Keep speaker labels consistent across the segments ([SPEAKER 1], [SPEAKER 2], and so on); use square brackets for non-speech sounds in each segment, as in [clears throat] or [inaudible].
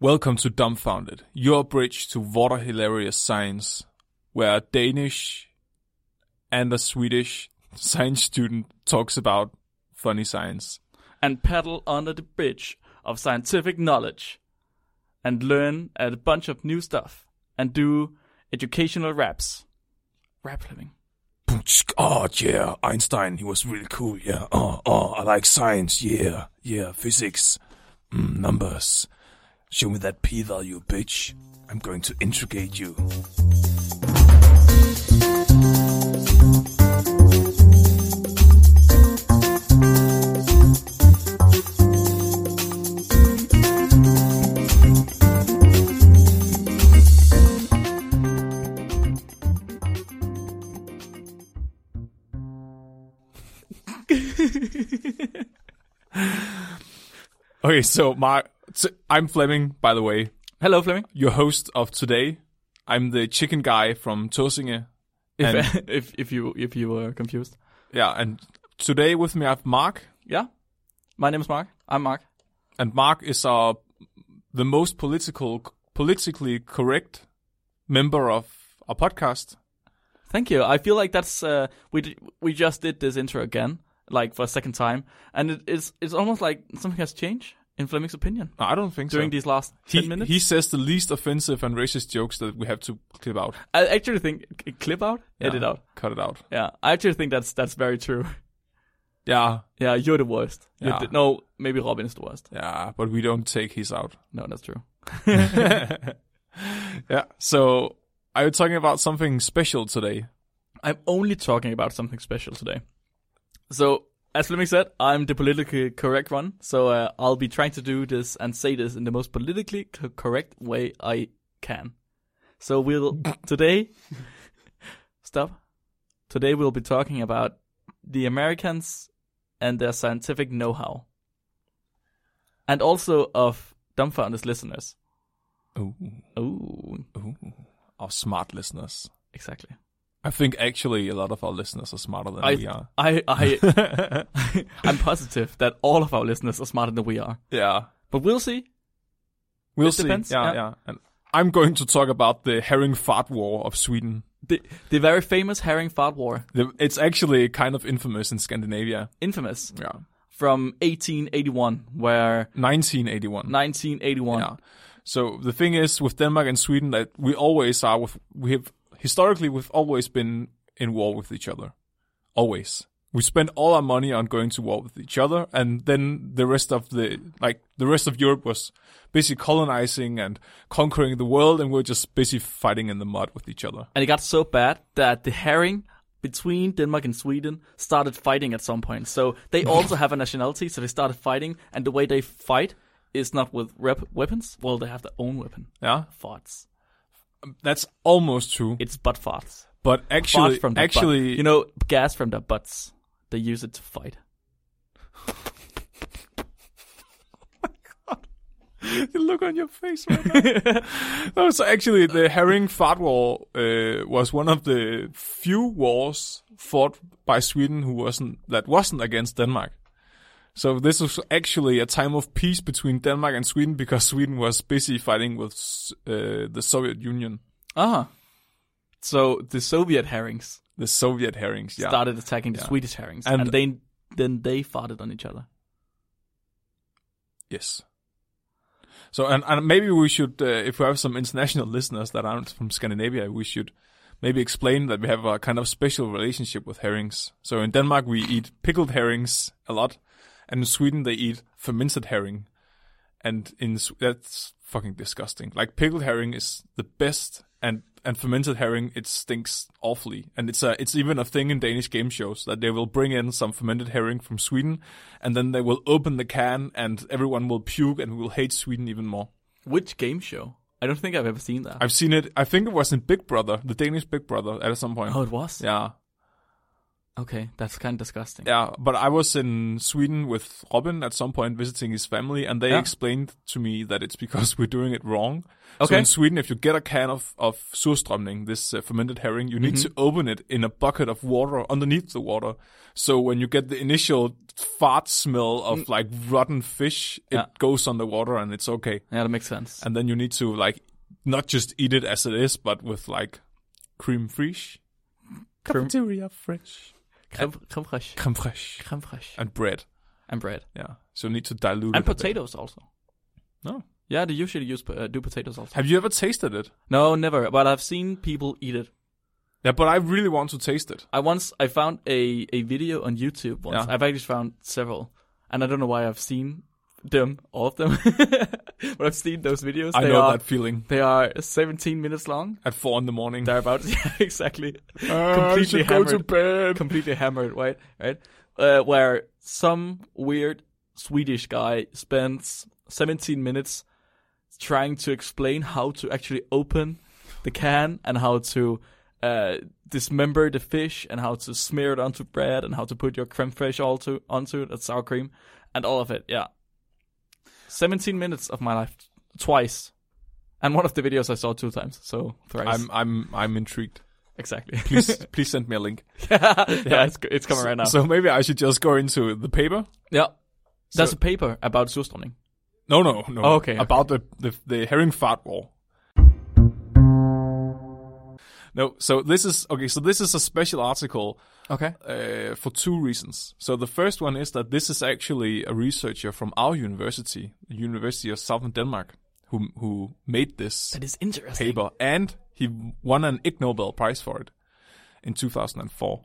[SPEAKER 1] Welcome to Dumbfounded, your bridge to water hilarious science, where a Danish and a Swedish science student talks about funny science.
[SPEAKER 2] and paddle under the bridge of scientific knowledge and learn a bunch of new stuff and do educational raps. Rap living.
[SPEAKER 1] Oh yeah, Einstein, he was really cool. Yeah. Oh, oh, I like science. Yeah, yeah, physics, mm, numbers. Show me that p value, bitch. I'm going to intricate you. Okay, so Mark, so I'm Fleming, by the way,
[SPEAKER 2] Hello, Fleming.
[SPEAKER 1] your host of today. I'm the chicken guy from Tosinge.
[SPEAKER 2] If, [laughs] if if you if you were confused,
[SPEAKER 1] Yeah, and today with me I have Mark,
[SPEAKER 2] yeah. My name is Mark. I'm Mark.
[SPEAKER 1] and Mark is our the most political, politically correct member of our podcast.
[SPEAKER 2] Thank you. I feel like that's uh, we d- we just did this intro again, like for a second time, and it, it's it's almost like something has changed in Fleming's opinion
[SPEAKER 1] No, I don't think
[SPEAKER 2] during
[SPEAKER 1] so.
[SPEAKER 2] these last ten
[SPEAKER 1] he,
[SPEAKER 2] minutes.
[SPEAKER 1] he says the least offensive and racist jokes that we have to clip out.
[SPEAKER 2] I actually think c- clip out, edit out.
[SPEAKER 1] Cut it out.
[SPEAKER 2] Yeah, I actually think that's that's very true.
[SPEAKER 1] Yeah,
[SPEAKER 2] Yeah, you're the worst. You're
[SPEAKER 1] Yeah.
[SPEAKER 2] the- no, maybe Robin is the worst.
[SPEAKER 1] yeah, but we don't take his
[SPEAKER 2] [laughs]
[SPEAKER 1] out. [laughs]
[SPEAKER 2] No, that's true.
[SPEAKER 1] Yeah, so are you talking about something special today?
[SPEAKER 2] I'm only talking about something special today. So, as Fleming said, I'm the politically correct one. So uh, I'll be trying to do this and say this in the most politically c- correct way I can. So we'll today stop. Today we'll be talking about the Americans and their scientific know-how, and also of dumbfounded listeners.
[SPEAKER 1] Ooh,
[SPEAKER 2] Oh,
[SPEAKER 1] ooh, our smart listeners.
[SPEAKER 2] exactly.
[SPEAKER 1] I think actually a lot of our listeners are smarter than
[SPEAKER 2] I-
[SPEAKER 1] we are.
[SPEAKER 2] I,
[SPEAKER 1] [laughs]
[SPEAKER 2] I, [laughs] I'm positive that all of our listeners are smarter than we are.
[SPEAKER 1] Yeah,
[SPEAKER 2] But we'll see.
[SPEAKER 1] we'll
[SPEAKER 2] It
[SPEAKER 1] see.
[SPEAKER 2] depends,
[SPEAKER 1] Yeah,
[SPEAKER 2] yeah.
[SPEAKER 1] yeah. And I'm going to talk about the herring fart war of Sweden.
[SPEAKER 2] The, the very famous herring fart war,
[SPEAKER 1] The- It's actually kind of infamous in Scandinavia.
[SPEAKER 2] infamous,
[SPEAKER 1] Yeah,
[SPEAKER 2] from 1881, where
[SPEAKER 1] 1981.
[SPEAKER 2] 1981.
[SPEAKER 1] Yeah. So the thing is with Denmark and Sweden that we always are with we have historically we've always been in war with each other. Always. We spend all our money on going to war with each other and then the rest of the like the rest of Europe was busy colonizing and conquering the world and we're just busy fighting in the mud with each other.
[SPEAKER 2] And it got so bad that the herring between Denmark and Sweden started fighting at some point. So
[SPEAKER 1] [laughs]
[SPEAKER 2] they also have a nationality, so they started fighting, and the way they fight is not with rep- weapons. Well, they have their own weapon,
[SPEAKER 1] Yeah.
[SPEAKER 2] farts.
[SPEAKER 1] That's almost true.
[SPEAKER 2] It's butt farts.
[SPEAKER 1] but
[SPEAKER 2] Fart
[SPEAKER 1] actually
[SPEAKER 2] from their
[SPEAKER 1] actually
[SPEAKER 2] butt. you know, gas from their butts. They use it to fight.
[SPEAKER 1] the [laughs] look on your face right now. [laughs] no, so actually, the herring fart war uh, was one of the few wars fought by Sweden who wasn't that wasn't against Denmark. So this was actually a time of peace between Denmark and Sweden because Sweden was busy fighting with S- uh, the Soviet Union,
[SPEAKER 2] Ah. So the Soviet herrings
[SPEAKER 1] the Soviet herrings. Yeah,
[SPEAKER 2] started attacking the Swedish herrings, and,
[SPEAKER 1] And-
[SPEAKER 2] they then they farted on each other.
[SPEAKER 1] yes. So and, and maybe we should, uh, if we have some international listeners that aren't from Scandinavia, we should maybe explain that we have a kind of special relationship with herrings. So in Denmark, we eat pickled herrings a lot, and in Sweden they eat fermented herring, and in S- that's fucking disgusting. Like pickled herring is the best, and and fermented herring it stinks awfully, and it's a it's even a thing in Danish game shows that they will bring in some fermented herring from Sweden, and then they will open the can, and everyone will puke, and we will hate Sweden even more.
[SPEAKER 2] Which game show? I don't think I've ever seen that.
[SPEAKER 1] I've seen it. I think it was in Big Brother, the Danish Big Brother, at some point.
[SPEAKER 2] oh, it was.
[SPEAKER 1] Yeah.
[SPEAKER 2] Oh, Okay, that's kind of disgusting.
[SPEAKER 1] Yeah, but I was in Sweden with Robin at some point visiting his family, and they
[SPEAKER 2] Yeah.
[SPEAKER 1] explained to me that it's because we're doing it wrong. So
[SPEAKER 2] Okay.
[SPEAKER 1] in Sweden, if you get a can of of surströmming, this uh, fermented herring, you need
[SPEAKER 2] Mm-hmm.
[SPEAKER 1] to open it in a bucket of water underneath the water. So when you get the initial fart smell of like rotten fish, it
[SPEAKER 2] Mm. Yeah.
[SPEAKER 1] goes on the water and it's okay.
[SPEAKER 2] Yeah, that makes sense.
[SPEAKER 1] And then you need to like not just eat it as it is, but with like cream fraiche,
[SPEAKER 2] Creme-
[SPEAKER 1] cafeteria fresh,
[SPEAKER 2] Creme, creme fraiche.
[SPEAKER 1] creme fraiche,
[SPEAKER 2] Creme fraiche.
[SPEAKER 1] and bread.
[SPEAKER 2] And bread.
[SPEAKER 1] Yeah. So you need to dilute
[SPEAKER 2] And
[SPEAKER 1] it. a bit.
[SPEAKER 2] potatoes also.
[SPEAKER 1] No.
[SPEAKER 2] Yeah, they usually use po- uh, do potatoes also.
[SPEAKER 1] Have you ever tasted it?
[SPEAKER 2] No, never. But I've seen people eat it.
[SPEAKER 1] Yeah, but I really want to taste it.
[SPEAKER 2] I once I found a, a video on YouTube once.
[SPEAKER 1] Yeah.
[SPEAKER 2] I've actually found several, and I don't know why I've seen them all of them, [laughs] but I've seen those videos.
[SPEAKER 1] I
[SPEAKER 2] they
[SPEAKER 1] know
[SPEAKER 2] are
[SPEAKER 1] that feeling.
[SPEAKER 2] they are 17 minutes long.
[SPEAKER 1] At four in the morning.
[SPEAKER 2] They're about [laughs] yeah, exactly
[SPEAKER 1] [laughs] Ah, I should go to bed.
[SPEAKER 2] completely hammered, right? Right? Uh, where some weird Swedish guy spends 17 minutes trying to explain how to actually open the can and how to uh, dismember the fish and how to smear it onto bread and how to put your creme fraiche all to, onto it, that's sour cream, and all of it. Yeah. 17 minutes of my life, twice. And one of the videos I saw two times, so thrice.
[SPEAKER 1] I'm I'm I'm intrigued.
[SPEAKER 2] exactly. [laughs]
[SPEAKER 1] Please please send me a link.
[SPEAKER 2] yeah, it's, it's coming right now.
[SPEAKER 1] So maybe I should just go into the paper.
[SPEAKER 2] Yeah. There's a paper about surströmming.
[SPEAKER 1] No, no, no.
[SPEAKER 2] Oh, okay,
[SPEAKER 1] About The, the the herring fart war. No, so this is okay. So this is a special article
[SPEAKER 2] Okay.
[SPEAKER 1] uh, for two reasons. So the first one is that this is actually a researcher from our university, the University of Southern Denmark, who who made this
[SPEAKER 2] That is interesting.
[SPEAKER 1] paper, and he won an Ig Nobel Prize for it in 2004.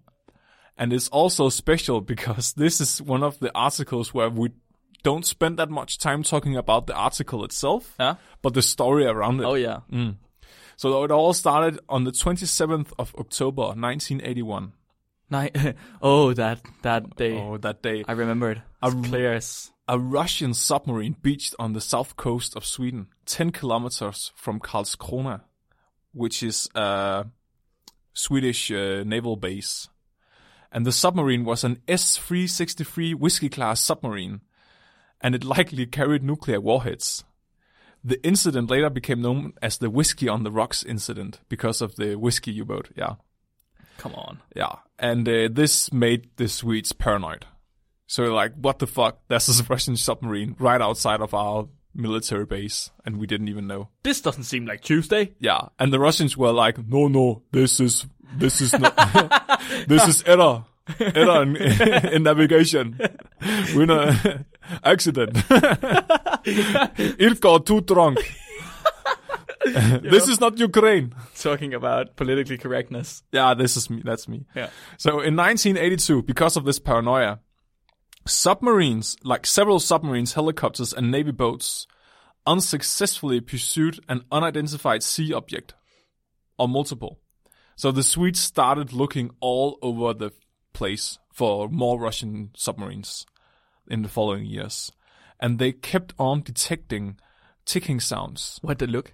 [SPEAKER 1] And it's also special because [laughs] this is one of the articles where we don't spend that much time talking about the article itself,
[SPEAKER 2] Yeah.
[SPEAKER 1] but the story around it.
[SPEAKER 2] Ah. Oh yeah.
[SPEAKER 1] So it all started on the 27th of October 1981.
[SPEAKER 2] Ni- [laughs] oh that that day.
[SPEAKER 1] Oh, that day.
[SPEAKER 2] I remembered. It's clear as
[SPEAKER 1] A Russian submarine beached on the south coast of Sweden, 10 kilometers from Karlskrona, which is a Swedish uh, naval base. And the submarine was an S 363 Whiskey class submarine, and it likely carried nuclear warheads. The incident later became known as the Whiskey on the Rocks incident because of the Whiskey U boat. Yeah.
[SPEAKER 2] come on.
[SPEAKER 1] Yeah, and uh, this made the Swedes paranoid. So they're like, what the fuck? [laughs] There's this Russian submarine right outside of our military base, and we didn't even know.
[SPEAKER 2] This doesn't seem like Tuesday. [laughs]
[SPEAKER 1] Yeah, and the Russians were like, no, no, this is this is not [laughs] this is error, error in, [laughs] in navigation. We're not [laughs] accident. it got too drunk. [laughs] this is not Ukraine.
[SPEAKER 2] Talking about politically correctness.
[SPEAKER 1] Yeah, this is me. That's me.
[SPEAKER 2] Yeah.
[SPEAKER 1] So in 1982, because of this paranoia, submarines, like several submarines, helicopters, and navy boats, unsuccessfully pursued an unidentified sea object, or multiple. So the Swedes started looking all over the place for more Russian submarines in the following years, and they kept on detecting ticking sounds
[SPEAKER 2] Where did they look?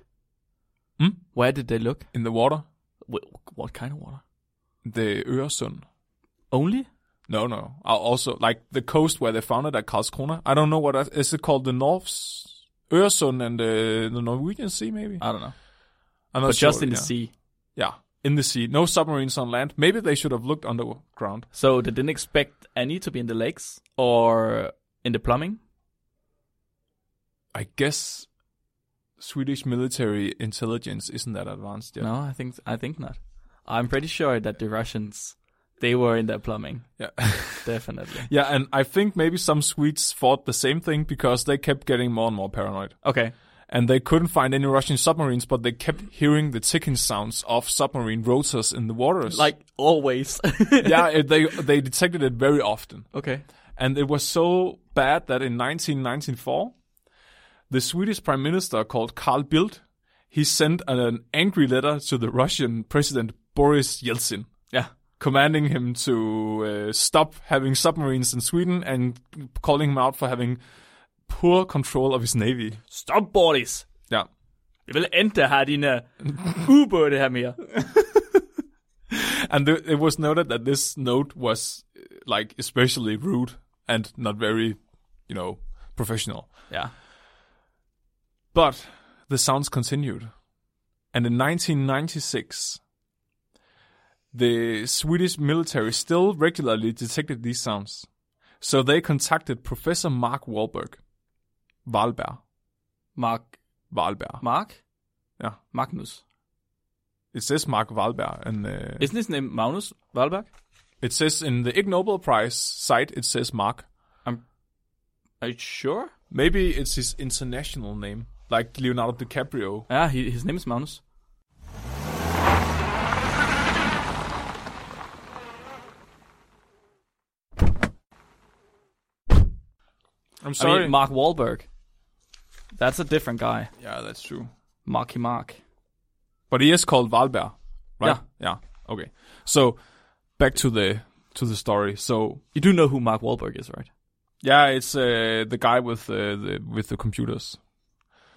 [SPEAKER 1] Hmm?
[SPEAKER 2] Where did they look?
[SPEAKER 1] in the water,
[SPEAKER 2] Wh- what kind of water?
[SPEAKER 1] the Øresund.
[SPEAKER 2] Only?
[SPEAKER 1] No, no. Uh, Also, like the coast where they found it at Karlskrona. I don't know what that- is it called. The Norths, Øresund, and the, the Norwegian Sea, maybe.
[SPEAKER 2] I don't know.
[SPEAKER 1] I'm not
[SPEAKER 2] But just
[SPEAKER 1] sure,
[SPEAKER 2] in the
[SPEAKER 1] yeah.
[SPEAKER 2] sea.
[SPEAKER 1] Yeah, in the sea. No submarines on land. Maybe they should have looked underground.
[SPEAKER 2] So they didn't expect any to be in the lakes or in the plumbing.
[SPEAKER 1] I guess Swedish military intelligence isn't that advanced yet.
[SPEAKER 2] No, I think I think not. I'm pretty sure that the Russians they were in their plumbing,
[SPEAKER 1] Yeah. [laughs]
[SPEAKER 2] definitely.
[SPEAKER 1] yeah, and I think maybe some Swedes thought the same thing because they kept getting more and more paranoid.
[SPEAKER 2] Okay.
[SPEAKER 1] and they couldn't find any Russian submarines, but they kept hearing the ticking sounds of submarine rotors in the waters.
[SPEAKER 2] Like always. [laughs]
[SPEAKER 1] yeah, it, they they detected it very often,
[SPEAKER 2] Okay.
[SPEAKER 1] and it was so bad that in 1994, the Swedish prime minister called Carl Bildt, he sent an, an angry letter to the Russian president Boris Yeltsin,
[SPEAKER 2] Yeah.
[SPEAKER 1] commanding him to uh, stop having submarines in Sweden and calling him out for having poor control of his navy.
[SPEAKER 2] Stop Boris.
[SPEAKER 1] Yeah.
[SPEAKER 2] [laughs] Vi vil ikke have dine ubåde her mere.
[SPEAKER 1] and th- it was noted that this note was uh, like especially rude and not very, you know, professional.
[SPEAKER 2] Yeah.
[SPEAKER 1] But the sounds continued. And in 1996, the Swedish military still regularly detected these sounds. So they contacted Professor Mark Wahlberg. Wahlberg.
[SPEAKER 2] Mark.
[SPEAKER 1] Wahlberg.
[SPEAKER 2] Mark?
[SPEAKER 1] Yeah.
[SPEAKER 2] Magnus.
[SPEAKER 1] It says Mark Wahlberg. And uh,
[SPEAKER 2] Isn't his name Magnus Wahlberg?
[SPEAKER 1] it says in the Ig Nobel Prize site, it says Mark.
[SPEAKER 2] Are you sure?
[SPEAKER 1] Maybe it's his international name, like Leonardo DiCaprio.
[SPEAKER 2] Yeah, he, his name is Magnus.
[SPEAKER 1] I'm
[SPEAKER 2] I mean, Mark Wahlberg. That's a different guy.
[SPEAKER 1] yeah, that's true.
[SPEAKER 2] Marky Mark.
[SPEAKER 1] But he is called Valberg, right?
[SPEAKER 2] Yeah.
[SPEAKER 1] Yeah. Okay. So back to the to the story. So
[SPEAKER 2] You do know who Mark Wahlberg is, right?
[SPEAKER 1] yeah, it's uh, the guy with uh, the with the computers.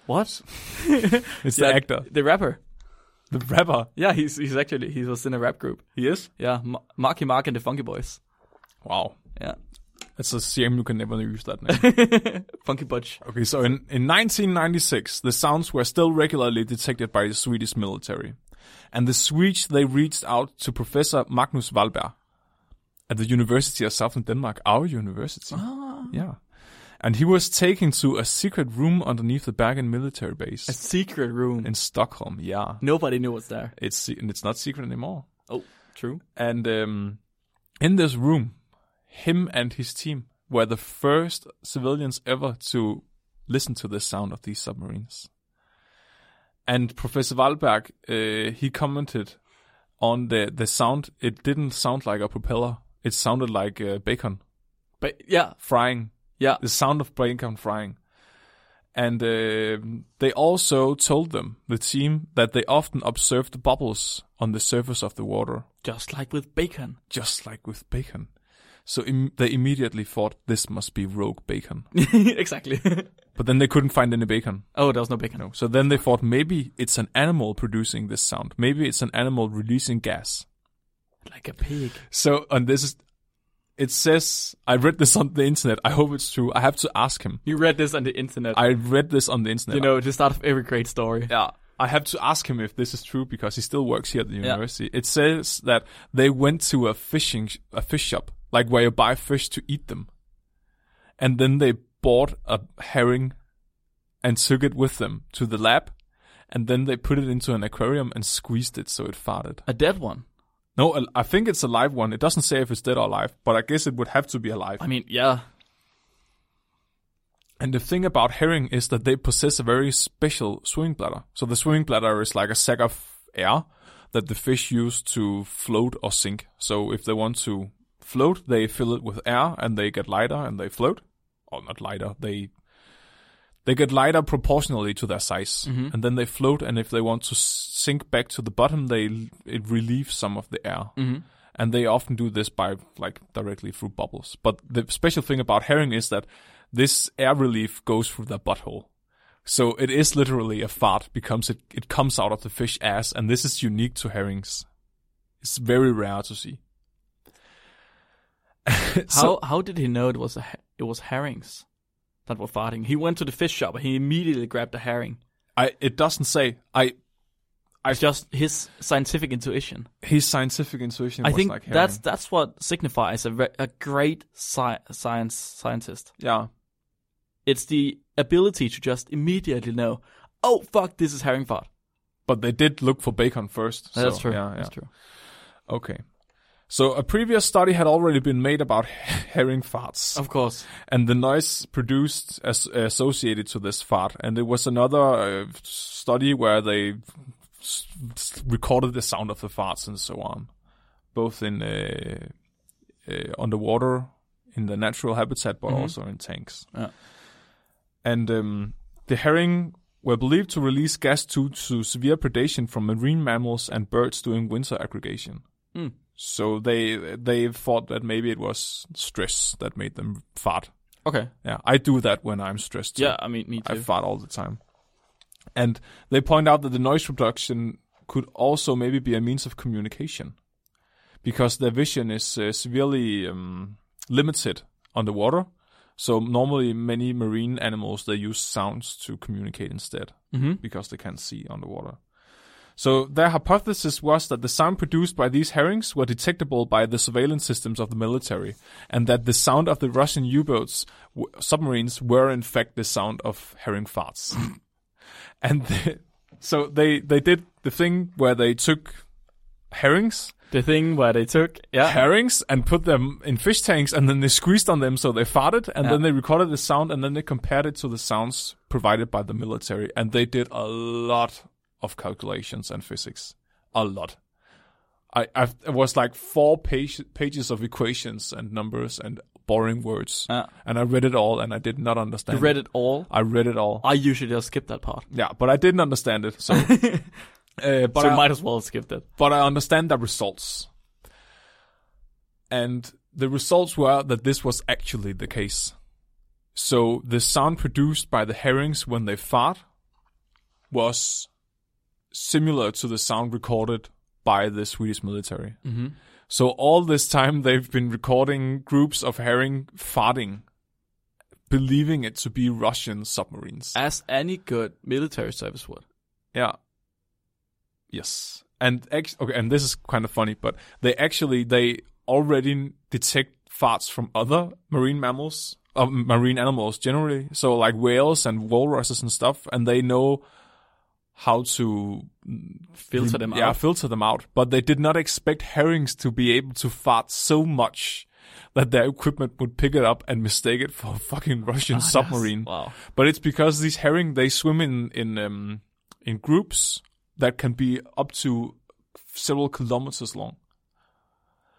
[SPEAKER 2] What?
[SPEAKER 1] It's
[SPEAKER 2] Yeah,
[SPEAKER 1] the actor,
[SPEAKER 2] The rapper.
[SPEAKER 1] the rapper.
[SPEAKER 2] Yeah, he's he's actually he was in a rap group.
[SPEAKER 1] He is.
[SPEAKER 2] Yeah, Ma- Marky Mark and the Funky Boys.
[SPEAKER 1] Wow,
[SPEAKER 2] [laughs] Yeah,
[SPEAKER 1] it's a shame you can never use that name.
[SPEAKER 2] Funky Bunch.
[SPEAKER 1] Okay, so in, in 1996, the sounds were still regularly detected by the Swedish military. And the Swedes, they reached out to Professor Magnus Wahlberg at the University of Southern Denmark, our university. Yeah. And he was taken to a secret room underneath the Bergen military base
[SPEAKER 2] A secret room.
[SPEAKER 1] in Stockholm. Yeah.
[SPEAKER 2] Nobody knew what's there.
[SPEAKER 1] It's, se- and it's not secret anymore.
[SPEAKER 2] Oh, true.
[SPEAKER 1] And um, in this room, him and his team were the first civilians ever to listen to the sound of these submarines. And Professor Wahlberg, uh, he commented on the, the sound. It didn't sound like a propeller. It sounded like uh, bacon
[SPEAKER 2] But yeah,
[SPEAKER 1] frying
[SPEAKER 2] yeah.
[SPEAKER 1] the sound of bacon frying. And um they also told them, the team, that they often observed bubbles on the surface of the water,
[SPEAKER 2] Just like with bacon.
[SPEAKER 1] just like with bacon. So Im- they immediately thought this must be rogue bacon.
[SPEAKER 2] [laughs] exactly.
[SPEAKER 1] But then they couldn't find any bacon.
[SPEAKER 2] [laughs] oh, there was no bacon.
[SPEAKER 1] No. So then they thought maybe it's an animal producing this sound. Maybe it's an animal releasing gas.
[SPEAKER 2] Like a pig.
[SPEAKER 1] So, and this is, it says, I read this on the internet. I hope it's true. I have to ask him.
[SPEAKER 2] You read this on the internet.
[SPEAKER 1] I read this on the internet.
[SPEAKER 2] you know, the start of every great story.
[SPEAKER 1] Yeah. I have to ask him if this is true because he still works here at the university. It says that they went to a fishing sh- a fish shop, like where you buy fish to eat them, and then they bought a herring and took it with them to the lab, and then they put it into an aquarium and squeezed it so it farted.
[SPEAKER 2] A dead one.
[SPEAKER 1] No, al- I think it's a live one. It doesn't say if it's dead or alive, but I guess it would have to be alive.
[SPEAKER 2] I mean, [laughs] yeah.
[SPEAKER 1] And the thing about herring is that they possess a very special swimming bladder. So the swimming bladder is like a sack of air that the fish use to float or sink. So if they want to float, they fill it with air and they get lighter and they float. Or not lighter, they they get lighter proportionally to their size, and then they float. And if they want to s- sink back to the bottom, they it relieves some of the air, and they often do this by like directly through bubbles. But the special thing about herring is that this air relief goes through their butthole, so it is literally a fart becomes it it comes out of the fish ass, and this is unique to herrings. It's very rare to see.
[SPEAKER 2] How
[SPEAKER 1] So-
[SPEAKER 2] how did he know it was a, he- it was herrings that were farting? He went to the fish shop and he immediately grabbed a herring.
[SPEAKER 1] I it doesn't say I
[SPEAKER 2] It's just his scientific intuition.
[SPEAKER 1] his scientific intuition.
[SPEAKER 2] I
[SPEAKER 1] was
[SPEAKER 2] think
[SPEAKER 1] like herring.
[SPEAKER 2] that's that's what signifies a, re- a great sci- science scientist.
[SPEAKER 1] yeah.
[SPEAKER 2] It's the ability to just immediately know, oh fuck, this is herring fart.
[SPEAKER 1] But they did look for bacon first.
[SPEAKER 2] That's
[SPEAKER 1] so,
[SPEAKER 2] true.
[SPEAKER 1] Yeah, yeah.
[SPEAKER 2] That's true.
[SPEAKER 1] Okay. So a previous study had already been made about [laughs] herring farts
[SPEAKER 2] Of course.
[SPEAKER 1] and the noise produced as associated to this fart. And there was another uh, study where they s- s- recorded the sound of the farts and so on, both in uh, uh, underwater in the natural habitat, but also in tanks.
[SPEAKER 2] Mm-hmm. Yeah.
[SPEAKER 1] And um, the herring were believed to release gas due to severe predation from marine mammals and birds during winter aggregation.
[SPEAKER 2] Hmm.
[SPEAKER 1] So they they thought that maybe it was stress that made them fart.
[SPEAKER 2] Okay.
[SPEAKER 1] Yeah, I do that when I'm stressed. too.
[SPEAKER 2] Yeah, I mean, me
[SPEAKER 1] I
[SPEAKER 2] too.
[SPEAKER 1] fart all the time. And they point out that the noise reduction could also maybe be a means of communication. because their vision is uh, severely um, limited underwater. So normally, many marine animals they use sounds to communicate instead
[SPEAKER 2] Mm-hmm.
[SPEAKER 1] because they can't see underwater. So their hypothesis was that the sound produced by these herrings were detectable by the surveillance systems of the military, and that the sound of the Russian U-boats w- submarines were in fact the sound of herring farts. [laughs] and the- so they they did the thing where they took herrings
[SPEAKER 2] The thing where they took yeah
[SPEAKER 1] herrings and put them in fish tanks and then they squeezed on them so they farted and then they recorded the sound and then they compared it to the sounds provided by the military and they did a lot of calculations and physics a lot i i it was like four page, pages of equations and numbers and boring words
[SPEAKER 2] Yeah.
[SPEAKER 1] and i read it all and i did not understand
[SPEAKER 2] Uh. you read it all.
[SPEAKER 1] i read it all
[SPEAKER 2] I usually just skip that part,
[SPEAKER 1] yeah but i didn't understand it
[SPEAKER 2] [laughs]
[SPEAKER 1] so uh, but
[SPEAKER 2] so
[SPEAKER 1] I-
[SPEAKER 2] might as well skip that.
[SPEAKER 1] but I understand the results. And the results were that this was actually the case. So the sound produced by the herrings when they fart was similar to the sound recorded by the Swedish military.
[SPEAKER 2] Mm-hmm.
[SPEAKER 1] So all this time they've been recording groups of herring farting, believing it to be Russian submarines.
[SPEAKER 2] As any good military service would.
[SPEAKER 1] Yeah. Yes. And ex- okay, and this is kind of funny, but they actually they already detect farts from other marine mammals, uh, marine animals generally. So like whales and walruses and stuff, and they know how to
[SPEAKER 2] Filter them
[SPEAKER 1] Mm, yeah,
[SPEAKER 2] out.
[SPEAKER 1] filter them out. But they did not expect herrings to be able to fart so much that their equipment would pick it up and mistake it for a fucking
[SPEAKER 2] Oh,
[SPEAKER 1] Russian submarine.
[SPEAKER 2] Wow.
[SPEAKER 1] But it's because these herring they swim in in um, in groups that can be up to several kilometers long.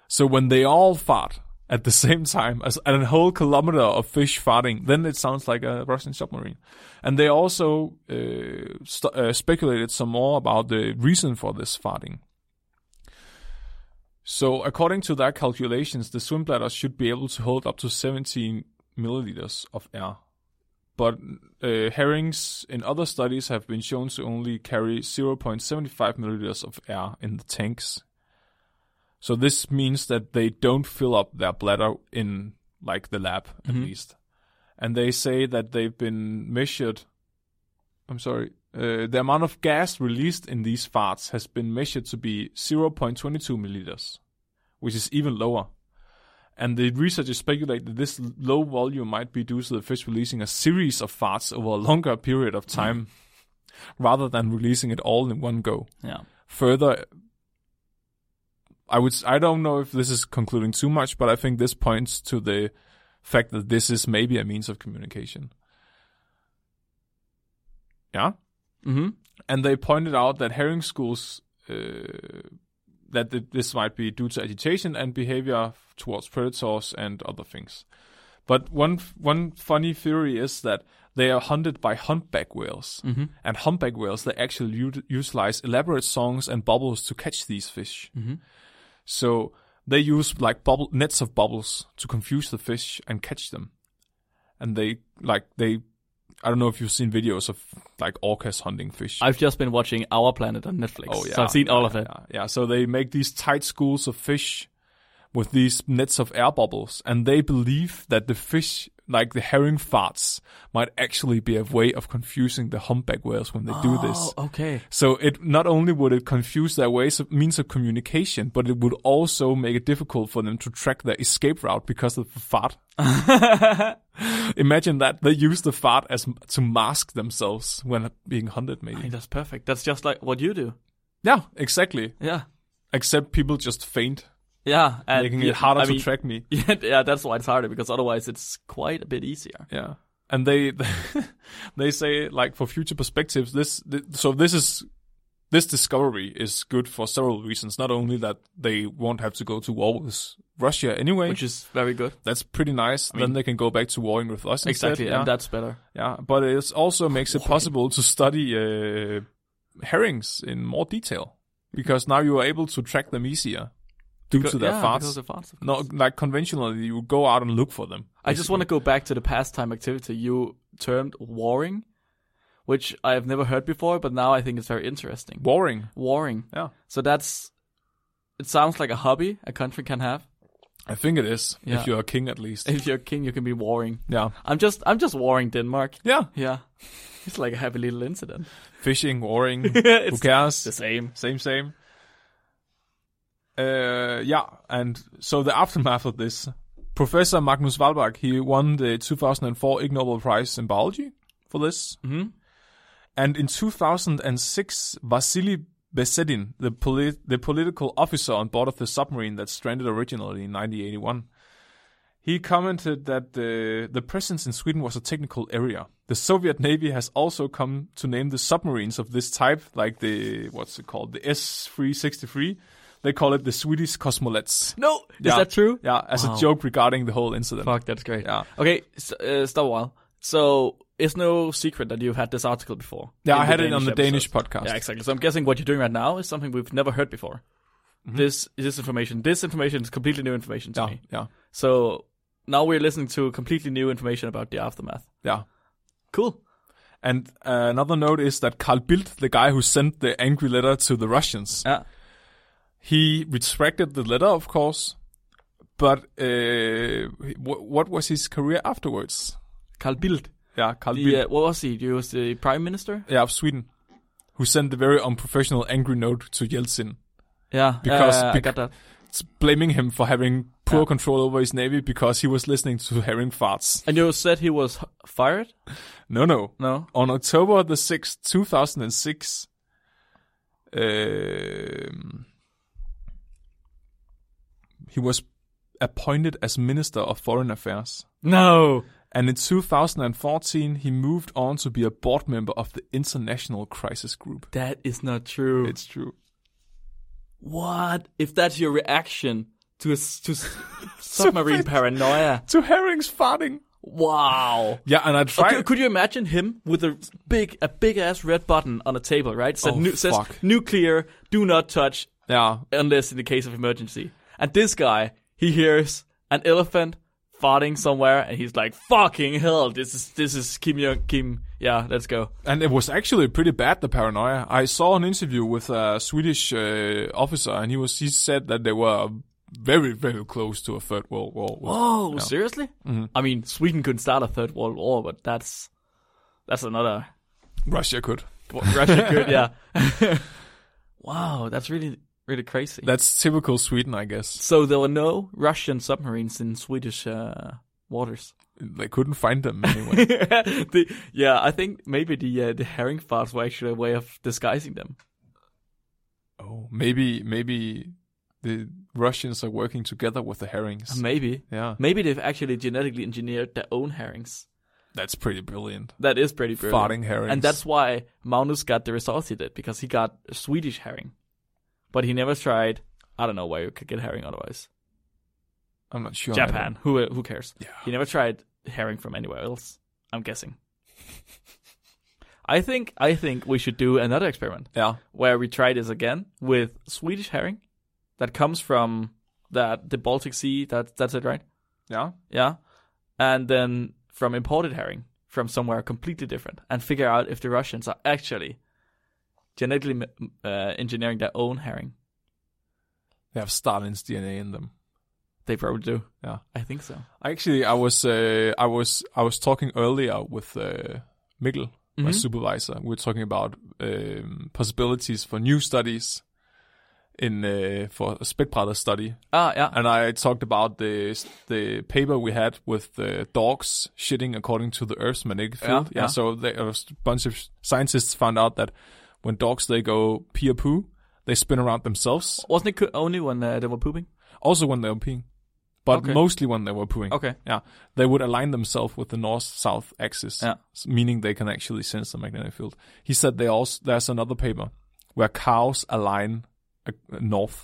[SPEAKER 1] So when they all fart at the [laughs] same time as and a whole kilometer of fish farting, then it sounds like a Russian submarine. And they also uh, st- uh, speculated some more about the reason for this farting. So according to their calculations, the swim bladder should be able to hold up to 17 milliliters of air but uh, herrings in other studies have been shown to only carry 0.75 milliliters of air in the tanks. So this means that they don't fill up their bladder in like the lab at least. And they say that they've been measured I'm sorry. Uh, the amount of gas released in these farts has been measured to be 0.22 milliliters, which is even lower. And the researchers speculate that this l- low volume might be due to the fish releasing a series of farts over a longer period of time rather than releasing it all in one go.
[SPEAKER 2] Yeah.
[SPEAKER 1] Further, I would s- I don't know if this is concluding too much, but I think this points to the fact that this is maybe a means of communication. Yeah
[SPEAKER 2] Mm-hmm.
[SPEAKER 1] and they pointed out that herring schools uh, that th- this might be due to agitation and behavior towards predators and other things. But one f- one funny theory is that they are hunted by humpback whales,
[SPEAKER 2] Mhm.
[SPEAKER 1] and humpback whales they actually u- utilize elaborate songs and bubbles to catch these fish.
[SPEAKER 2] Mhm.
[SPEAKER 1] So they use like bubble nets of bubbles to confuse the fish and catch them, and they like they. I don't know if you've seen videos of like orcas hunting fish.
[SPEAKER 2] I've just been watching Our Planet on Netflix.
[SPEAKER 1] Oh, yeah.
[SPEAKER 2] So I've seen all of it.
[SPEAKER 1] Yeah, yeah. So they make these tight schools of fish with these nets of air bubbles, and they believe that the fish, like the herring farts, might actually be a way of confusing the humpback whales when they do this.
[SPEAKER 2] Oh, okay.
[SPEAKER 1] So it not only would it confuse their ways of means of communication, but it would also make it difficult for them to track their escape route because of the fart. [laughs] Imagine that they use the fart as to mask themselves when being hunted,
[SPEAKER 2] I
[SPEAKER 1] maybe.
[SPEAKER 2] think that's perfect. That's just like what you do.
[SPEAKER 1] Yeah, exactly.
[SPEAKER 2] Yeah.
[SPEAKER 1] Except people just faint
[SPEAKER 2] Yeah. And
[SPEAKER 1] making
[SPEAKER 2] yeah,
[SPEAKER 1] it harder
[SPEAKER 2] I
[SPEAKER 1] to
[SPEAKER 2] mean,
[SPEAKER 1] track me.
[SPEAKER 2] [laughs] Yeah, yeah, that's why it's harder because otherwise it's quite a bit easier.
[SPEAKER 1] Yeah, and they [laughs] they say like for future perspectives, this th- so this is this discovery is good for several reasons. Not only that they won't have to go to war with Russia anyway,
[SPEAKER 2] Which is very good.
[SPEAKER 1] that's pretty nice. then they can go back to warring with us instead.
[SPEAKER 2] Exactly.
[SPEAKER 1] Yeah,
[SPEAKER 2] And that's better.
[SPEAKER 1] yeah. but it also makes it possible to study uh, herrings in more detail because now you are able to track them easier due to their
[SPEAKER 2] yeah,
[SPEAKER 1] farts.
[SPEAKER 2] because of farts, of
[SPEAKER 1] No,
[SPEAKER 2] course.
[SPEAKER 1] like conventionally, you go out and look for them.
[SPEAKER 2] I just want to go back to the pastime activity you termed warring, which I have never heard before, but now I think it's very interesting.
[SPEAKER 1] warring.
[SPEAKER 2] Warring.
[SPEAKER 1] Yeah.
[SPEAKER 2] So that's it sounds like a hobby a country can have. [laughs]
[SPEAKER 1] I think it is.
[SPEAKER 2] Yeah.
[SPEAKER 1] If you're a king, at least.
[SPEAKER 2] If you're a king, you can be warring.
[SPEAKER 1] yeah.
[SPEAKER 2] I'm just I'm just warring Denmark.
[SPEAKER 1] Yeah.
[SPEAKER 2] Yeah, [laughs] it's like a happy little incident. [laughs]
[SPEAKER 1] Fishing, warring. Who
[SPEAKER 2] it's
[SPEAKER 1] cares?
[SPEAKER 2] the same.
[SPEAKER 1] Same, same. Uh, yeah, and so the aftermath of this, Professor Magnus Wahlberg, he won the 2004 Ig Nobel Prize in biology for this,
[SPEAKER 2] Mhm.
[SPEAKER 1] and in 2006, Vasily Besedin, the polit- the political officer on board of the submarine that stranded originally in 1981, he commented that the the presence in Sweden was a technical area. The Soviet Navy has also come to name the submarines of this type, like the what's it called, the S three sixty three. They call it the Swedish cosmolets.
[SPEAKER 2] No, is
[SPEAKER 1] Yeah.
[SPEAKER 2] that true?
[SPEAKER 1] Yeah, as
[SPEAKER 2] Wow.
[SPEAKER 1] a joke regarding the whole incident.
[SPEAKER 2] Fuck, that's great.
[SPEAKER 1] Yeah.
[SPEAKER 2] Okay, s uh, stop a while. So it's no secret that you've had this article before.
[SPEAKER 1] Yeah,
[SPEAKER 2] in
[SPEAKER 1] I had it on the Danish
[SPEAKER 2] episodes.
[SPEAKER 1] podcast.
[SPEAKER 2] Yeah, exactly. So I'm guessing what you're doing right now is something we've never heard before. This this information, this information is completely new information to
[SPEAKER 1] Mm-hmm. Yeah,
[SPEAKER 2] me.
[SPEAKER 1] yeah,
[SPEAKER 2] So now we're listening to completely new information about the aftermath.
[SPEAKER 1] yeah.
[SPEAKER 2] Cool.
[SPEAKER 1] And uh, another note is that Carl Bildt, the guy who sent the angry letter to the Russians,
[SPEAKER 2] Yeah.
[SPEAKER 1] he retracted the letter, of course. But uh, wh- what was his career afterwards?
[SPEAKER 2] Carl Bildt.
[SPEAKER 1] Yeah, Carl Bildt.
[SPEAKER 2] The, uh, what was he? He was the prime minister.
[SPEAKER 1] yeah, of Sweden, who sent the very unprofessional angry note to Yeltsin,
[SPEAKER 2] Yeah,
[SPEAKER 1] Because-
[SPEAKER 2] yeah, yeah, I
[SPEAKER 1] bec-
[SPEAKER 2] got that.
[SPEAKER 1] It's blaming him for having poor control over his navy because he was listening to herring farts.
[SPEAKER 2] And you said he was h- fired?
[SPEAKER 1] No, no.
[SPEAKER 2] No.
[SPEAKER 1] On October the 6th, 2006, um, he was appointed as Minister of Foreign Affairs.
[SPEAKER 2] No.
[SPEAKER 1] And in 2014, he moved on to be a board member of the International Crisis Group.
[SPEAKER 2] That is not true.
[SPEAKER 1] It's true.
[SPEAKER 2] What if that's your reaction to a s- to s- submarine paranoia?
[SPEAKER 1] To herrings farting.
[SPEAKER 2] Wow.
[SPEAKER 1] Yeah, and I tried.
[SPEAKER 2] Could, could you imagine him with a big a big ass red button on a table, right? Said
[SPEAKER 1] Oh,
[SPEAKER 2] nu- says
[SPEAKER 1] fuck.
[SPEAKER 2] nuclear, do not touch
[SPEAKER 1] Yeah,
[SPEAKER 2] unless in the case of emergency. And this guy, he hears an elephant farting somewhere, and he's like, "Fucking hell! This is this is Kim Jong Kim. Yeah, let's go."
[SPEAKER 1] And it was actually pretty bad the paranoia. I saw an interview with a Swedish uh, officer, and he was he said that they were very very close to a third world war.
[SPEAKER 2] Oh, seriously? I mean, Sweden couldn't start a third world war, but that's that's another
[SPEAKER 1] Russia could.
[SPEAKER 2] What, Russia could, yeah. [laughs] wow, that's really really crazy.
[SPEAKER 1] That's typical Sweden, I guess.
[SPEAKER 2] so there were no Russian submarines in Swedish uh, waters. [laughs]
[SPEAKER 1] They couldn't find them anyway.
[SPEAKER 2] the, yeah, I think maybe the uh, the herring farts were actually a way of disguising them.
[SPEAKER 1] oh, maybe maybe the Russians are working together with the herrings.
[SPEAKER 2] Maybe,
[SPEAKER 1] yeah,
[SPEAKER 2] maybe they've actually genetically engineered their own herrings.
[SPEAKER 1] that's pretty brilliant.
[SPEAKER 2] That is pretty brilliant.
[SPEAKER 1] Farting herrings,
[SPEAKER 2] And that's why Magnus got the result he did because he got a Swedish herring, but he never tried. I don't know where you could get herring otherwise.
[SPEAKER 1] I'm not sure.
[SPEAKER 2] Japan. Who who cares?
[SPEAKER 1] Yeah.
[SPEAKER 2] He never tried herring from anywhere else. I'm
[SPEAKER 1] [laughs]
[SPEAKER 2] guessing. I think I think we should do another experiment
[SPEAKER 1] Yeah,
[SPEAKER 2] where we try this again with Swedish herring that comes from that the Baltic Sea. That that's it, right?
[SPEAKER 1] yeah.
[SPEAKER 2] Yeah, and then from imported herring from somewhere completely different, and figure out if the Russians are actually genetically m- uh, engineering their own herring.
[SPEAKER 1] They have Stalin's DNA in them.
[SPEAKER 2] They probably do.
[SPEAKER 1] Yeah.
[SPEAKER 2] I think so.
[SPEAKER 1] Actually, I was uh, I was I was talking earlier with uh, Mikkel, my
[SPEAKER 2] Mhm.
[SPEAKER 1] supervisor. We were talking about um, possibilities for new studies in uh, for a Speckbratter study,
[SPEAKER 2] Ah, yeah.
[SPEAKER 1] and I talked about the the paper we had with the dogs shitting according to the Earth's magnetic
[SPEAKER 2] Yeah,
[SPEAKER 1] field.
[SPEAKER 2] yeah.
[SPEAKER 1] So they, a bunch of scientists found out that when dogs they go pee a poo, they spin around themselves.
[SPEAKER 2] Wasn't it co- only when uh, they were pooping?
[SPEAKER 1] Also when they were peeing, but
[SPEAKER 2] Okay.
[SPEAKER 1] mostly when they were pooing.
[SPEAKER 2] Okay.
[SPEAKER 1] Yeah, they would align themselves with the north-south axis,
[SPEAKER 2] Yeah.
[SPEAKER 1] s- meaning they can actually sense the magnetic field. He said they also there's another paper where cows align uh, north.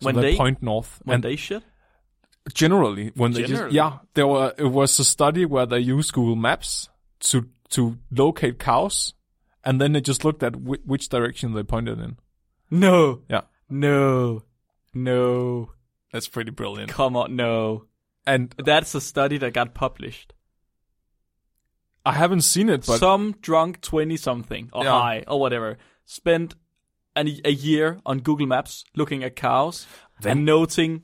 [SPEAKER 1] So
[SPEAKER 2] When
[SPEAKER 1] they,
[SPEAKER 2] they-
[SPEAKER 1] point north,
[SPEAKER 2] When
[SPEAKER 1] and
[SPEAKER 2] they shit?
[SPEAKER 1] generally when they just
[SPEAKER 2] Generally?
[SPEAKER 1] yeah, there were it was a study where they used Google Maps to to locate cows, and then they just looked at whi which direction they pointed in.
[SPEAKER 2] No.
[SPEAKER 1] Yeah,
[SPEAKER 2] No. No.
[SPEAKER 1] that's pretty brilliant.
[SPEAKER 2] Come on, no.
[SPEAKER 1] And
[SPEAKER 2] That's a study that got published.
[SPEAKER 1] I haven't seen it, but
[SPEAKER 2] Some drunk 20 something or
[SPEAKER 1] Yeah.
[SPEAKER 2] high or whatever spent an, a year on Google Maps looking at cows and noting.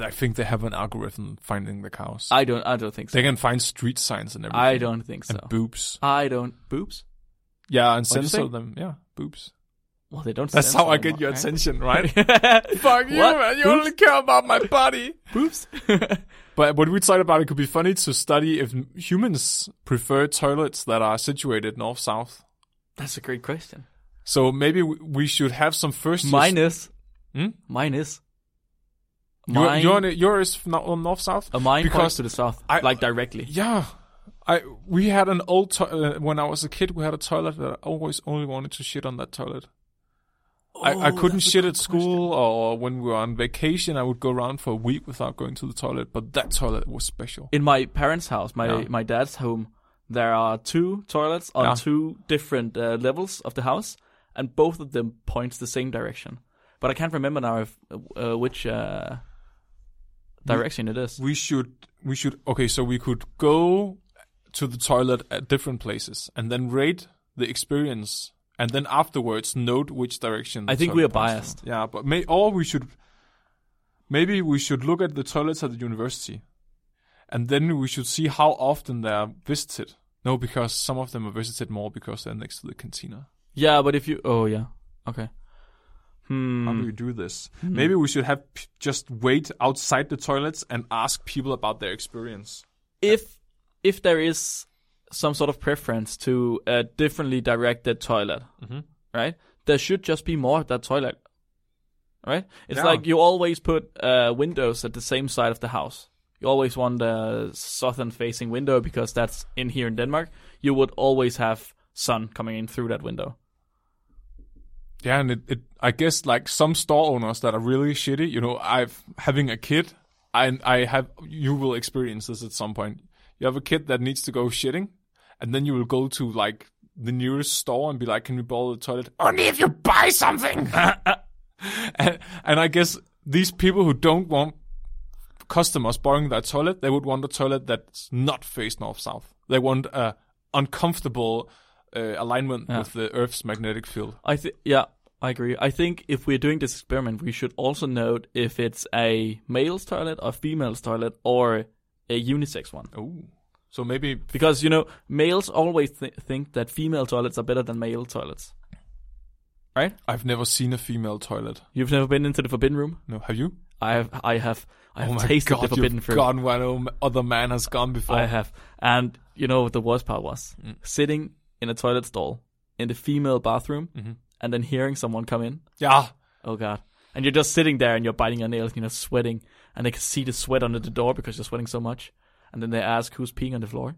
[SPEAKER 1] I think they have an algorithm finding the cows.
[SPEAKER 2] I don't. I don't think so.
[SPEAKER 1] they can find street signs and everything.
[SPEAKER 2] I don't think so.
[SPEAKER 1] And boobs.
[SPEAKER 2] I don't. Boobs.
[SPEAKER 1] Yeah, and
[SPEAKER 2] What'd you
[SPEAKER 1] censor
[SPEAKER 2] say?
[SPEAKER 1] them. Yeah, boobs.
[SPEAKER 2] Well, they don't.
[SPEAKER 1] That's
[SPEAKER 2] censor
[SPEAKER 1] how I
[SPEAKER 2] them,
[SPEAKER 1] get your
[SPEAKER 2] okay.
[SPEAKER 1] [laughs] attention, right?
[SPEAKER 2] [laughs] Fuck
[SPEAKER 1] You, man, you only care about my body.
[SPEAKER 2] Boobs. [laughs]
[SPEAKER 1] But what we talked about, it could be funny to study if humans prefer toilets that are situated north south.
[SPEAKER 2] That's a great question.
[SPEAKER 1] So maybe we- we should have some first.
[SPEAKER 2] Mine is.
[SPEAKER 1] Hmm?
[SPEAKER 2] Mine is.
[SPEAKER 1] Your,
[SPEAKER 2] Mine.
[SPEAKER 1] your, your is north south.
[SPEAKER 2] a mine
[SPEAKER 1] because-
[SPEAKER 2] points to the south,
[SPEAKER 1] I-
[SPEAKER 2] like directly.
[SPEAKER 1] Yeah, I we had an old to- uh, when I was a kid. We had a toilet that I always only wanted to shit on that toilet. I, I
[SPEAKER 2] Oh,
[SPEAKER 1] couldn't
[SPEAKER 2] that's a
[SPEAKER 1] shit
[SPEAKER 2] good
[SPEAKER 1] at school or when we were on vacation. I would go around for a week without going to the toilet, but that toilet was special.
[SPEAKER 2] in my parents' house, my
[SPEAKER 1] Yeah.
[SPEAKER 2] my dad's home, there are two toilets on
[SPEAKER 1] Yeah.
[SPEAKER 2] two different uh, levels of the house, and both of them points the same direction. But I can't remember now if, uh, which uh, direction it is.
[SPEAKER 1] We should we should okay. So we could go to the toilet at different places and then rate the experience, and then afterwards note which direction. the
[SPEAKER 2] I think
[SPEAKER 1] toilet
[SPEAKER 2] we are
[SPEAKER 1] points to.
[SPEAKER 2] biased.
[SPEAKER 1] Yeah, but may or we should maybe we should look at the toilets at the university, and then we should see how often they are visited. No, because some of them are visited more because they're next to the cantina.
[SPEAKER 2] Yeah, but if you, oh yeah, okay. Hmm.
[SPEAKER 1] How do we do this? Maybe we should have p- just wait outside the toilets and ask people about their experience.
[SPEAKER 2] if if there is some sort of preference to a differently directed toilet,
[SPEAKER 1] Mhm.
[SPEAKER 2] right? There should just be more at that toilet, right? It's
[SPEAKER 1] Yeah.
[SPEAKER 2] like you always put uh, windows at the same side of the house. You always want a southern facing window because that's in here in Denmark. You would always have sun coming in through that window.
[SPEAKER 1] Yeah, and it, it I guess like some store owners that are really shitty, you know, I've having a kid and I have you will experience this at some point. You have a kid that needs to go shitting, and then you will go to like the nearest store and be like, Can we borrow the toilet? Only if you buy something [laughs] and, and I guess these people who don't want customers borrowing their toilet, they would want a toilet that's not faced north south. They want a uncomfortable uh, alignment with the Earth's magnetic field.
[SPEAKER 2] I think, yeah, I agree. I think if we're doing this experiment, we should also note if it's a male's toilet or female's toilet or a unisex one.
[SPEAKER 1] Oh, so maybe
[SPEAKER 2] Because you know, males always th- think that female toilets are better than male toilets.
[SPEAKER 1] I've never seen a female toilet.
[SPEAKER 2] You've never been into the forbidden room?
[SPEAKER 1] No, have you? Oh
[SPEAKER 2] I have. I have. I have tasted the forbidden
[SPEAKER 1] you've
[SPEAKER 2] fruit.
[SPEAKER 1] gone where no other man has gone before.
[SPEAKER 2] I have. And you know what the worst part was? Sitting in a toilet stall in the female bathroom, and then hearing someone come in.
[SPEAKER 1] yeah,
[SPEAKER 2] Oh god! And you're just sitting there and you're biting your nails and you're sweating, and they can see the sweat under the door because you're sweating so much. And then they ask who's peeing on the floor.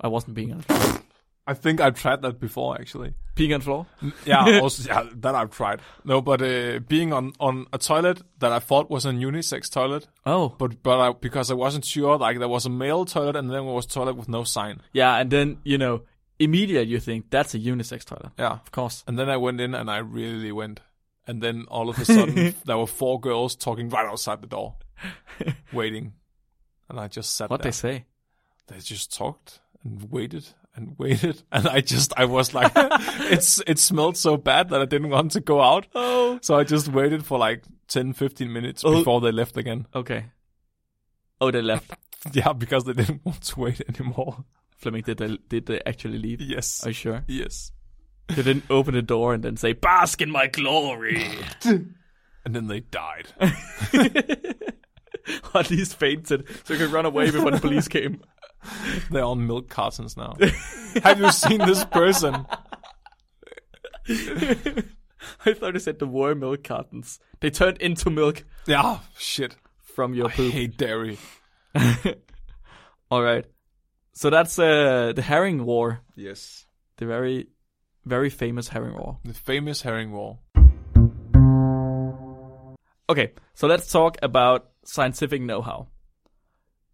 [SPEAKER 2] I wasn't peeing on the floor.
[SPEAKER 1] I think I've tried that before actually.
[SPEAKER 2] peeing on the floor. [laughs]
[SPEAKER 1] Yeah, also, yeah, that I've tried. No, but uh, being on on a toilet that I thought was a unisex toilet,
[SPEAKER 2] Oh.
[SPEAKER 1] but but I, because I wasn't sure, like there was a male toilet and then there was toilet with no sign.
[SPEAKER 2] Yeah, and then you know, immediately you think that's a unisex toilet.
[SPEAKER 1] Yeah,
[SPEAKER 2] Of course.
[SPEAKER 1] and then I went in and I really went, and then all of a
[SPEAKER 2] [laughs]
[SPEAKER 1] sudden there were four girls talking right outside the door, waiting, and I just sat
[SPEAKER 2] What
[SPEAKER 1] there.
[SPEAKER 2] they say?
[SPEAKER 1] they just talked and waited and [laughs] waited and i just i was like [laughs] it's it smelled so bad that i didn't want to go out
[SPEAKER 2] Oh.
[SPEAKER 1] so i just waited for like 10 15 minutes
[SPEAKER 2] Oh.
[SPEAKER 1] before they left again
[SPEAKER 2] Okay. Oh, they left.
[SPEAKER 1] [laughs]
[SPEAKER 2] [laughs]
[SPEAKER 1] yeah because they didn't want to wait anymore
[SPEAKER 2] Fleming, did they did they actually leave?
[SPEAKER 1] yes
[SPEAKER 2] Are you sure?
[SPEAKER 1] yes
[SPEAKER 2] They didn't open the door and then say, "Bask in my [laughs] glory,"
[SPEAKER 1] [laughs] and then they died
[SPEAKER 2] or at least fainted, so you could run away before the police came. [laughs]
[SPEAKER 1] they're on milk cartons now [laughs] have you seen this [laughs] person
[SPEAKER 2] I thought they said the were milk cartons. They turned into milk
[SPEAKER 1] yeah shit
[SPEAKER 2] from your poop.
[SPEAKER 1] hey dairy
[SPEAKER 2] All right. So that's uh, the herring war,
[SPEAKER 1] yes
[SPEAKER 2] the very, very famous herring war.
[SPEAKER 1] the famous herring wall
[SPEAKER 2] Okay, so let's talk about scientific know-how.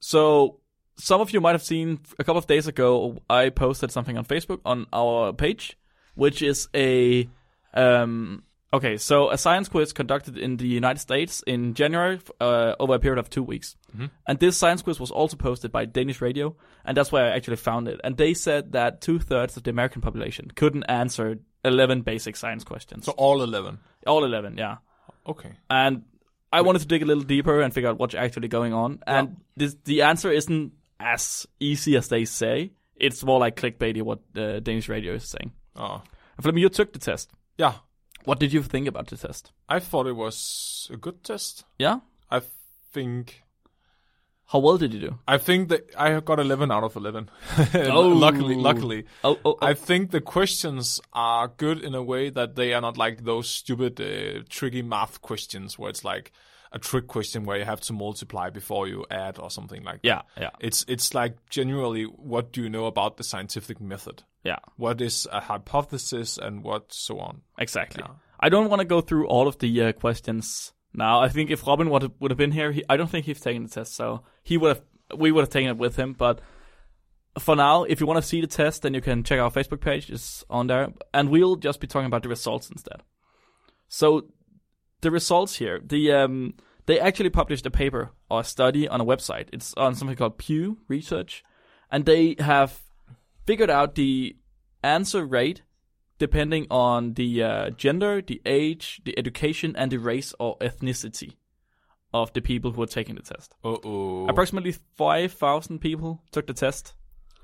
[SPEAKER 2] So some of you might have seen a couple of days ago I posted something on Facebook on our page, which is a um okay, so a science quiz conducted in the United States in January uh, over a period of 2 weeks. And this science quiz was also posted by Danish radio, and that's where I actually found it. And they said that two thirds of the American population couldn't answer 11 basic science questions.
[SPEAKER 1] so all 11
[SPEAKER 2] All 11, yeah.
[SPEAKER 1] Okay.
[SPEAKER 2] And I wanted to dig a little deeper and figure out what's actually going on. And this, the answer isn't as easy as they say. It's more like clickbaity what uh, Danish radio is saying.
[SPEAKER 1] Oh.
[SPEAKER 2] And Flemming, you took the test.
[SPEAKER 1] Yeah.
[SPEAKER 2] What did you think about the test?
[SPEAKER 1] I thought it was a good test.
[SPEAKER 2] Yeah?
[SPEAKER 1] I think
[SPEAKER 2] How well did you do?
[SPEAKER 1] I think that I got 11 out of [laughs] 11.
[SPEAKER 2] Oh.
[SPEAKER 1] luckily, luckily.
[SPEAKER 2] Oh, oh, oh.
[SPEAKER 1] I think the questions are good in a way that they are not like those stupid, uh, tricky math questions where it's like a trick question where you have to multiply before you add or something like
[SPEAKER 2] yeah, yeah,
[SPEAKER 1] that. It's, it's like generally, what do you know about the scientific method?
[SPEAKER 2] yeah.
[SPEAKER 1] What is a hypothesis and what so on?
[SPEAKER 2] Exactly.
[SPEAKER 1] Yeah.
[SPEAKER 2] I don't want to go through all of the uh, questions now. I think if Robin would have, would have been here, he, I don't think he's taken the test, so he would have. We would have taken it with him, but for now, if you want to see the test, then you can check our Facebook page. It's on there, and we'll just be talking about the results instead. So, the results here, the um, they actually published a paper or a study on a website. It's on something called Pew Research, and they have figured out the answer rate depending on the uh, gender, the age, the education, and the race or ethnicity of the people who are taking the test.
[SPEAKER 1] Uh oh.
[SPEAKER 2] Approximately 5,000 people took the test,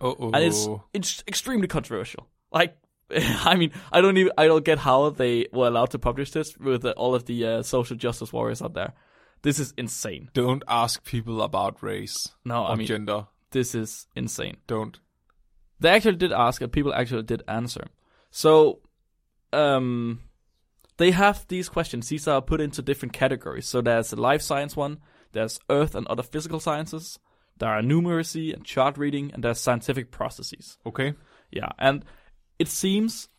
[SPEAKER 1] Uh oh.
[SPEAKER 2] and it's it's extremely controversial. Like, [laughs] I mean, I don't even I don't get how they were allowed to publish this with uh, all of the uh, social justice warriors out there. This is insane.
[SPEAKER 1] Don't ask people about race
[SPEAKER 2] No,
[SPEAKER 1] or
[SPEAKER 2] I mean,
[SPEAKER 1] gender.
[SPEAKER 2] this is insane.
[SPEAKER 1] Don't.
[SPEAKER 2] They actually did ask, and people actually did answer. So, um, they have these questions. These are put into different categories. So there's a life science one, there's earth and other physical sciences, there are numeracy and chart reading, and there's scientific processes.
[SPEAKER 1] Okay.
[SPEAKER 2] Yeah, and it seems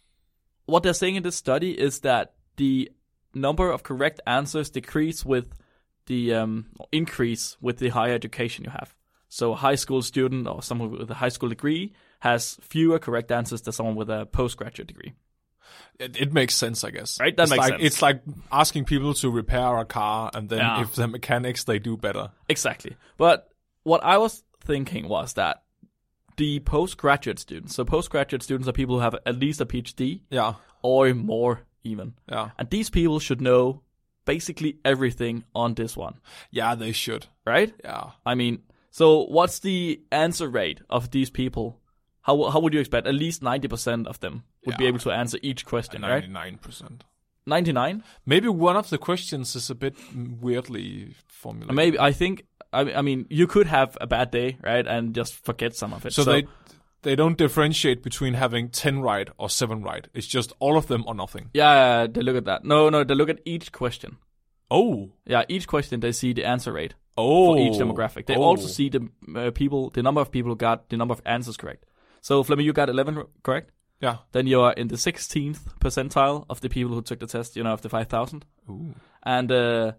[SPEAKER 2] what they're saying in this study is that the number of correct answers decrease with the um, increase with the higher education you have. So a high school student or someone with a high school degree has fewer correct answers than someone with a postgraduate degree.
[SPEAKER 1] It, it makes sense, I guess.
[SPEAKER 2] Right, that
[SPEAKER 1] it's
[SPEAKER 2] makes
[SPEAKER 1] like,
[SPEAKER 2] sense.
[SPEAKER 1] It's like asking people to repair a car, and then
[SPEAKER 2] Yeah.
[SPEAKER 1] if the mechanics they do better.
[SPEAKER 2] Exactly. But what I was thinking was that the postgraduate students, so postgraduate students are people who have at least a PhD
[SPEAKER 1] Yeah,
[SPEAKER 2] or more even.
[SPEAKER 1] yeah,
[SPEAKER 2] And these people should know basically everything on this one,
[SPEAKER 1] yeah. They should.
[SPEAKER 2] right?
[SPEAKER 1] Yeah,
[SPEAKER 2] I mean, so what's the answer rate of these people? How how would you expect at least 90% of them would be
[SPEAKER 1] Yeah.
[SPEAKER 2] able to answer each question, right?
[SPEAKER 1] ninety-nine percent.
[SPEAKER 2] 99?
[SPEAKER 1] Maybe one of the questions is a bit weirdly formulated.
[SPEAKER 2] Maybe I think I mean- I mean, you could have a bad day, right? And just forget some of it.
[SPEAKER 1] so, they they don't differentiate between having ten right or seven right. It's just all of them or nothing.
[SPEAKER 2] Yeah, they look at that. No, no, they look at each question.
[SPEAKER 1] Oh,
[SPEAKER 2] Yeah, each question they see the answer rate
[SPEAKER 1] oh.
[SPEAKER 2] for each demographic. They
[SPEAKER 1] Oh.
[SPEAKER 2] also see the uh, people, the number of people who got the number of answers correct. So Fleming, you got 11 r- correct.
[SPEAKER 1] Yeah.
[SPEAKER 2] Then you are in the 16th percentile of the people who took the test. You know, of the 5,000,
[SPEAKER 1] Ooh.
[SPEAKER 2] and uh,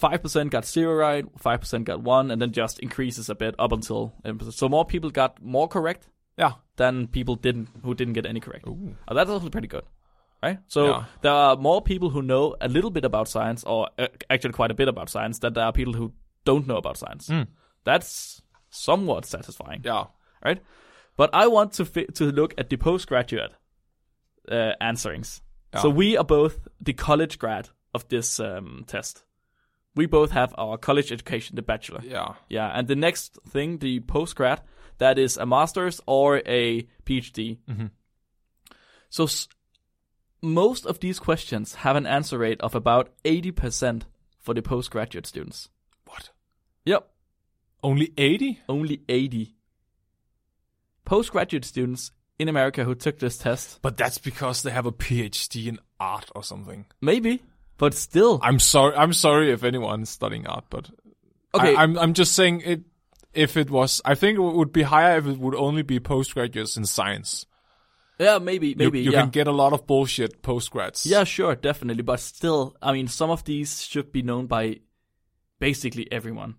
[SPEAKER 2] five percent got zero right, five percent got one, and then just increases a bit up until 11%. so more people got more correct
[SPEAKER 1] Yeah.
[SPEAKER 2] than people didn't who didn't get any correct.
[SPEAKER 1] Ooh.
[SPEAKER 2] Oh, that's also pretty good, right? So
[SPEAKER 1] Yeah.
[SPEAKER 2] there are more people who know a little bit about science, or uh, actually quite a bit about science, than there are people who don't know about science.
[SPEAKER 1] Mm.
[SPEAKER 2] That's somewhat satisfying,
[SPEAKER 1] Yeah.
[SPEAKER 2] right? But I want to fi- to look at the postgraduate uh, answerings. So
[SPEAKER 1] Yeah.
[SPEAKER 2] we are both the college grad of this um, test. We both have our college education, the bachelor.
[SPEAKER 1] Yeah.
[SPEAKER 2] Yeah, and the next thing, the postgrad, that is a master's or a PhD.
[SPEAKER 1] Mhm.
[SPEAKER 2] So s- most of these questions have an answer rate of about 80% for the postgraduate students.
[SPEAKER 1] What?
[SPEAKER 2] Yep,
[SPEAKER 1] Only eighty?
[SPEAKER 2] only 80. Postgraduate students in America who took this test,
[SPEAKER 1] But that's because they have a PhD in art or something.
[SPEAKER 2] maybe, but still.
[SPEAKER 1] I'm sorry. I'm sorry if anyone's studying art, but
[SPEAKER 2] Okay.
[SPEAKER 1] I, I'm I'm just saying it. If it was, I think it would be higher if it would only be postgraduates in science.
[SPEAKER 2] yeah, maybe,
[SPEAKER 1] You-
[SPEAKER 2] maybe.
[SPEAKER 1] you,
[SPEAKER 2] yeah.
[SPEAKER 1] can get a lot of bullshit postgrads.
[SPEAKER 2] Yeah, sure, definitely. But still, I mean, some of these should be known by basically everyone.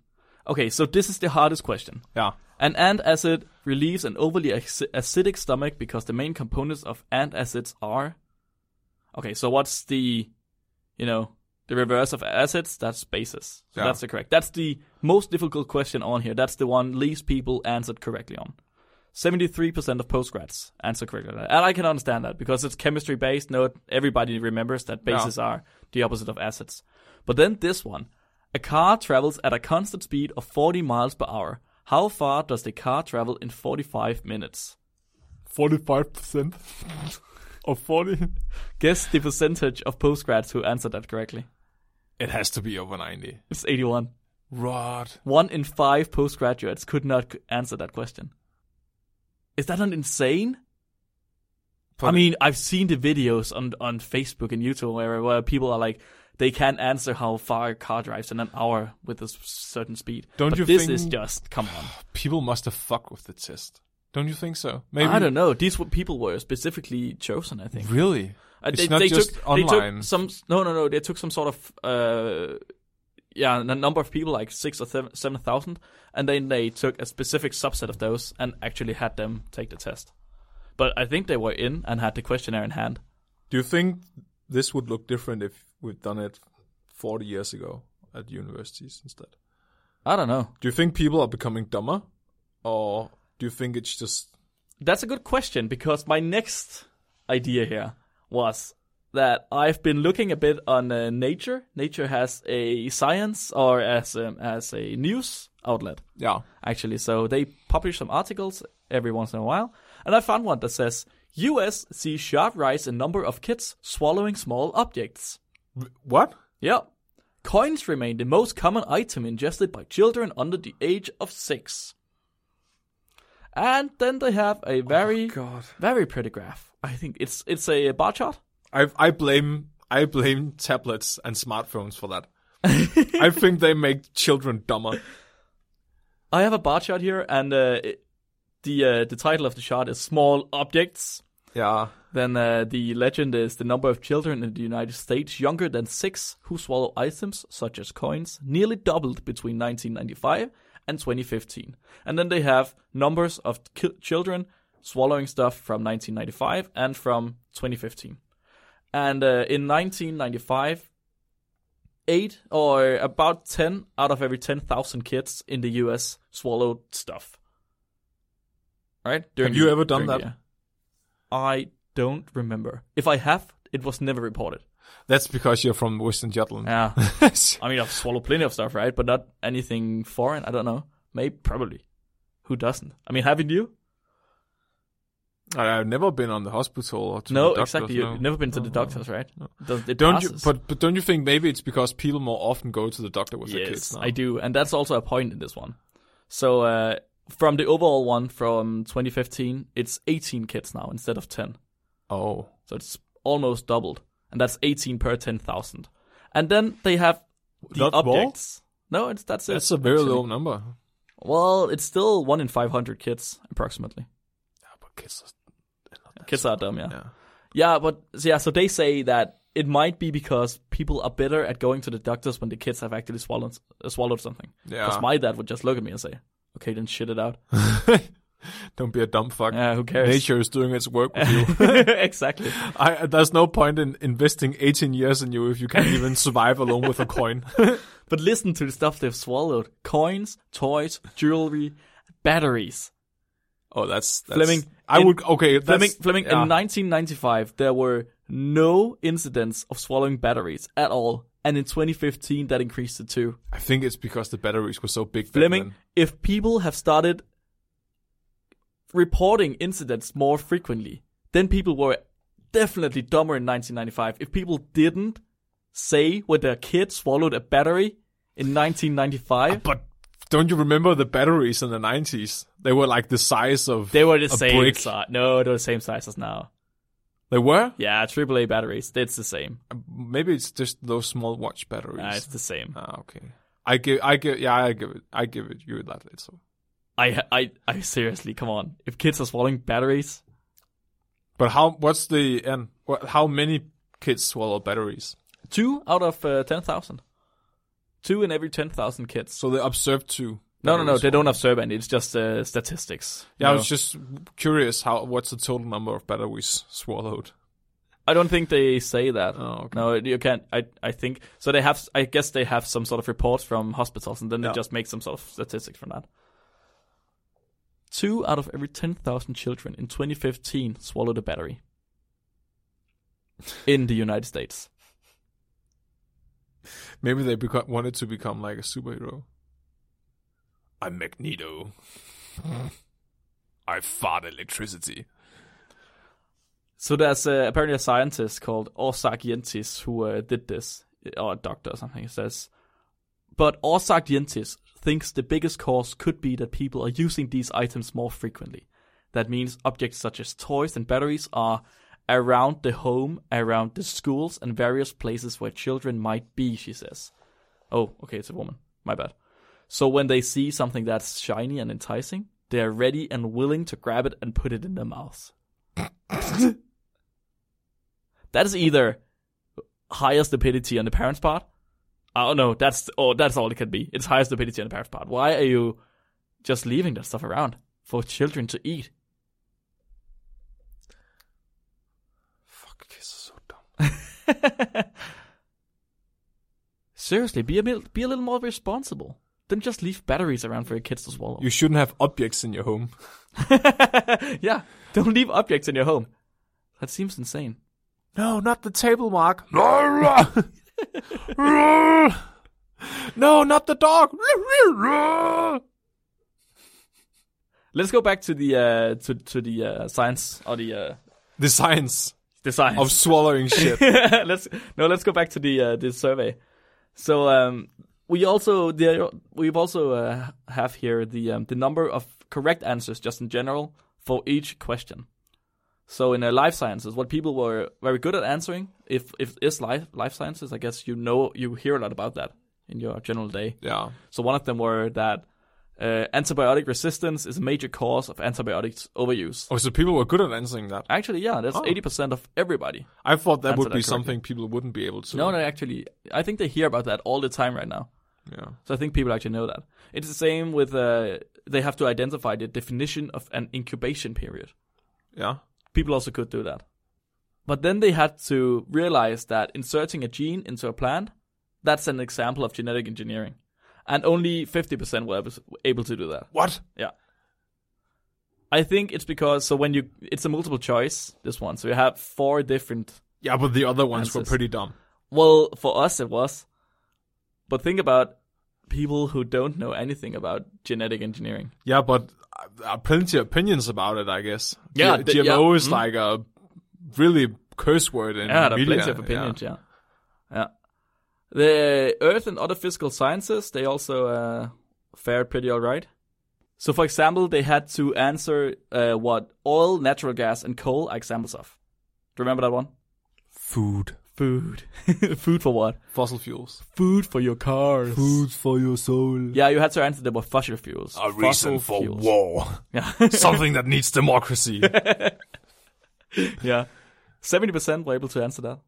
[SPEAKER 2] Okay, so this is the hardest question.
[SPEAKER 1] yeah,
[SPEAKER 2] An ant acid relieves an overly ac- acidic stomach because the main components of ant acids are. Okay, so what's the, you know, the reverse of acids? That's bases. So
[SPEAKER 1] Yeah.
[SPEAKER 2] that's the correct. That's the most difficult question on here. That's the one least people answered correctly on. 73% of postgrads answer correctly. And I can understand that because it's chemistry based. No, everybody remembers that bases are the opposite of assets. But then this one. A car travels at a constant speed of 40 miles per hour. How far does the car travel in 45 minutes?
[SPEAKER 1] 45% [laughs] of 40.
[SPEAKER 2] Guess the percentage of postgrads who answered that correctly.
[SPEAKER 1] It has to be over 90.
[SPEAKER 2] It's 81.
[SPEAKER 1] Rod.
[SPEAKER 2] One in five postgraduates could not c- answer that question. Is that not insane? I
[SPEAKER 1] But-
[SPEAKER 2] mean, I've seen the videos on on Facebook and YouTube where, where people are like, they can't answer how far a car drives in an hour with a s- certain speed.
[SPEAKER 1] Don't
[SPEAKER 2] but
[SPEAKER 1] you
[SPEAKER 2] this
[SPEAKER 1] think-
[SPEAKER 2] is just come on.
[SPEAKER 1] People must have fucked with the test. Don't you think so? Maybe.
[SPEAKER 2] I don't know. These w- people were specifically chosen, I think.
[SPEAKER 1] Really?
[SPEAKER 2] Uh,
[SPEAKER 1] It's not just
[SPEAKER 2] They
[SPEAKER 1] online.
[SPEAKER 2] took some no, no, no. They took some sort of uh, yeah, a number of people, like six or seven seven thousand, and then they took a specific subset of those and actually had them take the test. But I think they were in and had the questionnaire in hand.
[SPEAKER 1] Do you think this would look different if we'd done it 40 years ago at universities instead?
[SPEAKER 2] I don't know.
[SPEAKER 1] Do you think people are becoming dumber? Or do you think it's just.
[SPEAKER 2] That's a good question because my next idea here was that I've been looking a bit on uh, Nature. Nature has a science or as um, as a news outlet.
[SPEAKER 1] Yeah.
[SPEAKER 2] actually. So they publish some articles every once in a while, and I found one that says U.S. sees sharp rise in number of kids swallowing small objects.
[SPEAKER 1] What?
[SPEAKER 2] Yep. Coins remain the most common item ingested by children under the age of six. And then they have a very,
[SPEAKER 1] God.
[SPEAKER 2] very pretty graph. I think it's it's a bar chart.
[SPEAKER 1] I, I blame. I blame tablets and smartphones for that. [laughs] I think they make children dumber.
[SPEAKER 2] I have a bar chart here, and uh, it, the uh, the title of the chart is "Small Objects."
[SPEAKER 1] Yeah.
[SPEAKER 2] Then uh, the legend is the number of children in the United States younger than six who swallow items such as coins nearly doubled between 1995 and 2015. And then they have numbers of ki- children swallowing stuff from 1995 and from 2015. And uh, in 1995, eight or about 10 out of every 10,000 kids in the US swallowed stuff. Right? During
[SPEAKER 1] Have you
[SPEAKER 2] the-
[SPEAKER 1] ever done
[SPEAKER 2] during the
[SPEAKER 1] that?
[SPEAKER 2] year. I don't remember. If I have, it was never reported.
[SPEAKER 1] That's because you're from Western Jutland.
[SPEAKER 2] Yeah. [laughs] I mean, I've swallowed plenty of stuff, right? But not anything foreign. I don't know. Maybe, probably. Who doesn't? I mean, haven't you?
[SPEAKER 1] [laughs] I- I've never been on the hospital or to
[SPEAKER 2] no,
[SPEAKER 1] the doctors,
[SPEAKER 2] exactly. You-
[SPEAKER 1] no.
[SPEAKER 2] You've never been to the doctors, right? Does- it
[SPEAKER 1] Don't you?
[SPEAKER 2] passes.
[SPEAKER 1] But but don't you think maybe it's because people more often go to the doctor with their kids
[SPEAKER 2] yes,
[SPEAKER 1] now?
[SPEAKER 2] I do, and that's also a point in this one. So uh, from the overall one from 2015, it's 18 kids now instead of 10.
[SPEAKER 1] Oh,
[SPEAKER 2] So it's almost doubled, and that's 18 per 10,000. And then they have the
[SPEAKER 1] Not more?
[SPEAKER 2] objects. No, it's that's it.
[SPEAKER 1] that's a very
[SPEAKER 2] actually.
[SPEAKER 1] low number. Yeah,
[SPEAKER 2] Well, it's still one in 500 kids approximately.
[SPEAKER 1] but kids. Are,
[SPEAKER 2] Kids are dumb, yeah.
[SPEAKER 1] Yeah.
[SPEAKER 2] Yeah, but so yeah, so they say that it might be because people are better at going to the doctors when the kids have actually swallowed uh, swallowed something. Because
[SPEAKER 1] Yeah.
[SPEAKER 2] my dad would just look at me and say, "Okay, then shit it out."
[SPEAKER 1] Don't be a dumb fuck.
[SPEAKER 2] Yeah, who cares?
[SPEAKER 1] Nature is doing its work
[SPEAKER 2] [laughs]
[SPEAKER 1] with you.
[SPEAKER 2] exactly.
[SPEAKER 1] I, there's no point in investing 18 years in you if you can't even survive alone with a coin.
[SPEAKER 2] But listen to the stuff they've swallowed: coins, toys, jewelry, batteries.
[SPEAKER 1] [laughs] oh, that's, that's
[SPEAKER 2] Fleming,
[SPEAKER 1] I
[SPEAKER 2] in-
[SPEAKER 1] would okay. That's,
[SPEAKER 2] Fleming, Fleming
[SPEAKER 1] yeah.
[SPEAKER 2] in 1995, there were no incidents of swallowing batteries at all, and in 2015, that increased to two.
[SPEAKER 1] I think it's because the batteries were so big. back
[SPEAKER 2] Fleming,
[SPEAKER 1] then.
[SPEAKER 2] if people have started reporting incidents more frequently, then people were definitely dumber in 1995. If people didn't say whether a kid swallowed a battery in 1995,
[SPEAKER 1] But don't you remember the batteries in the 90s? They were like the size of
[SPEAKER 2] they were the
[SPEAKER 1] a
[SPEAKER 2] same
[SPEAKER 1] brick.
[SPEAKER 2] size. No, they're the same size as now.
[SPEAKER 1] They were?
[SPEAKER 2] Yeah, AAA batteries, it's the same.
[SPEAKER 1] Maybe it's just those small watch batteries.
[SPEAKER 2] Uh, it's the same.
[SPEAKER 1] Ah, okay. I give, I give, yeah, I give it, I give it you that. It's
[SPEAKER 2] I, I, I seriously, come on. If kids are swallowing batteries,
[SPEAKER 1] but how? What's the and what, how many kids swallow batteries?
[SPEAKER 2] two out of uh, 10,000. Two in every 10,000 kids.
[SPEAKER 1] So they observed two.
[SPEAKER 2] No, no, no.
[SPEAKER 1] batteries.
[SPEAKER 2] They don't have survey. It's just uh, statistics.
[SPEAKER 1] Yeah, I
[SPEAKER 2] No.
[SPEAKER 1] was just curious. How? What's the total number of batteries swallowed?
[SPEAKER 2] I don't think they say that.
[SPEAKER 1] Oh, okay.
[SPEAKER 2] No, you can't. I, I think so. They have. I guess they have some sort of reports from hospitals, and then they
[SPEAKER 1] Yeah.
[SPEAKER 2] just make some sort of statistics from that. Two out of every 10,000 children in 2015 swallowed a battery. In the United States.
[SPEAKER 1] Maybe they beco- wanted to become like a superhero. I'm Magneto. [laughs] I fart electricity.
[SPEAKER 2] So there's uh, apparently a scientist called Orsak Yentis who uh, did this, or a doctor or something, it says. But Orsak Yentis thinks the biggest cause could be that people are using these items more frequently. That means objects such as toys and batteries are around the home, around the schools, and various places where children might be, she says. Oh, okay, it's a woman. My bad. So when they see something that's shiny and enticing, they are ready and willing to grab it and put it in their mouths. that is either higher stupidity on the parents' part. I don't know. That's oh, that's all it could be. It's higher stupidity on the parents' part. Why are you just leaving that stuff around for children to eat? [laughs]
[SPEAKER 1] Fuck, kids are so dumb.
[SPEAKER 2] Seriously, be a mil- be a little more responsible. Then just leave batteries around for your kids to swallow.
[SPEAKER 1] You shouldn't have objects in your home.
[SPEAKER 2] [laughs] yeah, don't leave objects in your home. That seems insane.
[SPEAKER 1] No, not the table, Mark. [laughs] no, not the dog. [laughs]
[SPEAKER 2] Let's go back to the uh, to to the uh, science or the uh,
[SPEAKER 1] the science
[SPEAKER 2] the science
[SPEAKER 1] of swallowing shit.
[SPEAKER 2] [laughs]
[SPEAKER 1] [laughs]
[SPEAKER 2] let's no, let's go back to the uh, this survey. So um, we also the we've also uh, have here the um, the number of correct answers just in general for each question. So in uh, life sciences, what people were very good at answering, if if is life life sciences, I guess you know you hear a lot about that in your general day.
[SPEAKER 1] yeah.
[SPEAKER 2] So one of them were that uh, antibiotic resistance is a major cause of antibiotics overuse.
[SPEAKER 1] Oh, so people were good at answering that.
[SPEAKER 2] Actually, yeah, that's eighty percent of everybody.
[SPEAKER 1] I thought that
[SPEAKER 2] Answer
[SPEAKER 1] would
[SPEAKER 2] that
[SPEAKER 1] be
[SPEAKER 2] correctly.
[SPEAKER 1] something people wouldn't be able to.
[SPEAKER 2] No, no, actually, I think they hear about that all the time right now.
[SPEAKER 1] Yeah.
[SPEAKER 2] So I think people actually know that. It's the same with uh, they have to identify the definition of an incubation period.
[SPEAKER 1] Yeah.
[SPEAKER 2] People also could do that. But then they had to realize that inserting a gene into a plant, that's an example of genetic engineering. And only 50% were ab- able to do that.
[SPEAKER 1] What?
[SPEAKER 2] I think it's because, so when you, it's a multiple choice, this one. So you have four different
[SPEAKER 1] Yeah, but the other ones were
[SPEAKER 2] Answers.
[SPEAKER 1] pretty dumb.
[SPEAKER 2] Well, for us it was. But think about people who don't know anything about genetic engineering.
[SPEAKER 1] Yeah, but uh, there are plenty of opinions about it, I guess.
[SPEAKER 2] Yeah,
[SPEAKER 1] G-
[SPEAKER 2] the-
[SPEAKER 1] GMO
[SPEAKER 2] yeah.
[SPEAKER 1] is
[SPEAKER 2] Mm.
[SPEAKER 1] like a really curse word in
[SPEAKER 2] Yeah, there are
[SPEAKER 1] media.
[SPEAKER 2] plenty of opinions, yeah. yeah. The earth and other physical sciences, they also uh, fared pretty alright. So, for example, they had to answer uh, what oil, natural gas, and coal are examples of. Do you remember that one?
[SPEAKER 1] Food.
[SPEAKER 2] Food. [laughs] Food for what?
[SPEAKER 1] Fossil fuels.
[SPEAKER 2] Food for your cars.
[SPEAKER 1] for your soul.
[SPEAKER 2] Yeah, you had to answer them with fossil fuels.
[SPEAKER 1] A
[SPEAKER 2] Fossil
[SPEAKER 1] reason for
[SPEAKER 2] fuels.
[SPEAKER 1] war. [laughs]
[SPEAKER 2] Yeah.
[SPEAKER 1] Something that needs
[SPEAKER 2] [laughs]
[SPEAKER 1] democracy.
[SPEAKER 2] yeah. 70% were able to answer that.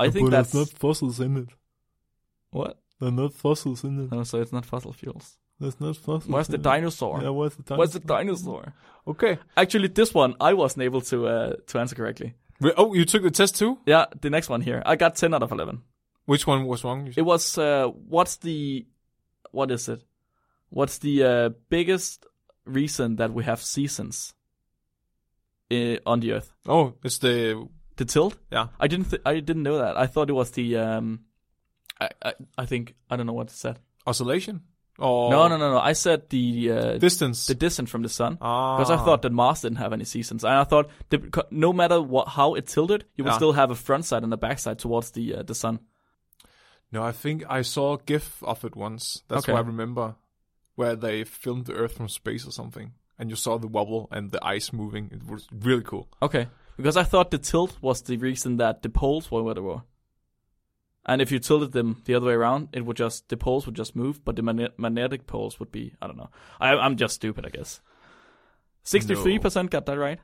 [SPEAKER 2] I think that's
[SPEAKER 1] fossils in it.
[SPEAKER 2] what?
[SPEAKER 1] There are not fossils in it.
[SPEAKER 2] No, so it's not fossil fuels.
[SPEAKER 1] There's not fossils. [laughs]
[SPEAKER 2] Where's the dinosaur?
[SPEAKER 1] where's the time?
[SPEAKER 2] Where's the dinosaur?
[SPEAKER 1] Okay.
[SPEAKER 2] Actually, this one I wasn't able to uh, to answer correctly.
[SPEAKER 1] Re- Oh, you took the test too?
[SPEAKER 2] Yeah, the next one here. I got 10 out of 11.
[SPEAKER 1] Which one was wrong? You
[SPEAKER 2] It was uh, what's the what is it? What's the uh, biggest reason that we have seasons uh, on the earth?
[SPEAKER 1] said- Oh, it's the
[SPEAKER 2] The tilt?
[SPEAKER 1] Yeah.
[SPEAKER 2] I didn't. Th- I didn't know that. I thought it was the. Um, I, I I think I don't know what it said.
[SPEAKER 1] oscillation? Or
[SPEAKER 2] No, no, no, no. I said the uh,
[SPEAKER 1] Distance.
[SPEAKER 2] the distance from the sun
[SPEAKER 1] ah.
[SPEAKER 2] because I thought that Mars didn't have any seasons, and I thought the, co- no matter what how it tilted, you would
[SPEAKER 1] Yeah.
[SPEAKER 2] still have a front side and a back side towards the uh, the sun.
[SPEAKER 1] No, I think I saw a GIF of it once. That's
[SPEAKER 2] Okay.
[SPEAKER 1] what I remember. Where they filmed the Earth from space or something. And you saw the wobble and the ice moving. It was really cool.
[SPEAKER 2] Okay, because I thought the tilt was the reason that the poles were where they were, and if you tilted them the other way around, it would just the poles would just move, but the magne- magnetic poles would be I don't know. I, I'm just stupid, I guess. Sixty-three percent got that right.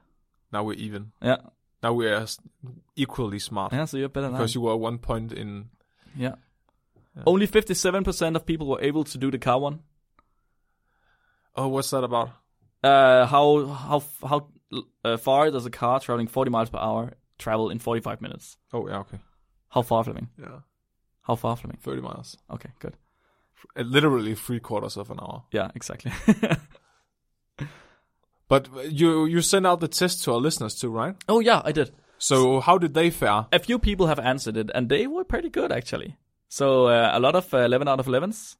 [SPEAKER 1] Now we're even.
[SPEAKER 2] Yeah,
[SPEAKER 1] Now we're s- equally smart.
[SPEAKER 2] yeah. So you're better than I am.
[SPEAKER 1] Because you were one point in.
[SPEAKER 2] Yeah. Only 57% of people were able to do the car one.
[SPEAKER 1] Oh, what's that about?
[SPEAKER 2] Uh, how how how uh, far does a car traveling 40 miles per hour travel in 45 minutes?
[SPEAKER 1] Oh, yeah, okay.
[SPEAKER 2] How far, Fleming?
[SPEAKER 1] Yeah.
[SPEAKER 2] How far, Fleming?
[SPEAKER 1] 30 miles.
[SPEAKER 2] Okay, good.
[SPEAKER 1] Uh, Literally three quarters of an hour.
[SPEAKER 2] Yeah, exactly.
[SPEAKER 1] But you you sent out the test to our listeners too, right?
[SPEAKER 2] [laughs] Oh yeah, I did.
[SPEAKER 1] So how did they fare?
[SPEAKER 2] A few people have answered it, and they were pretty good actually. So uh, a lot of uh, 11 out of 11s,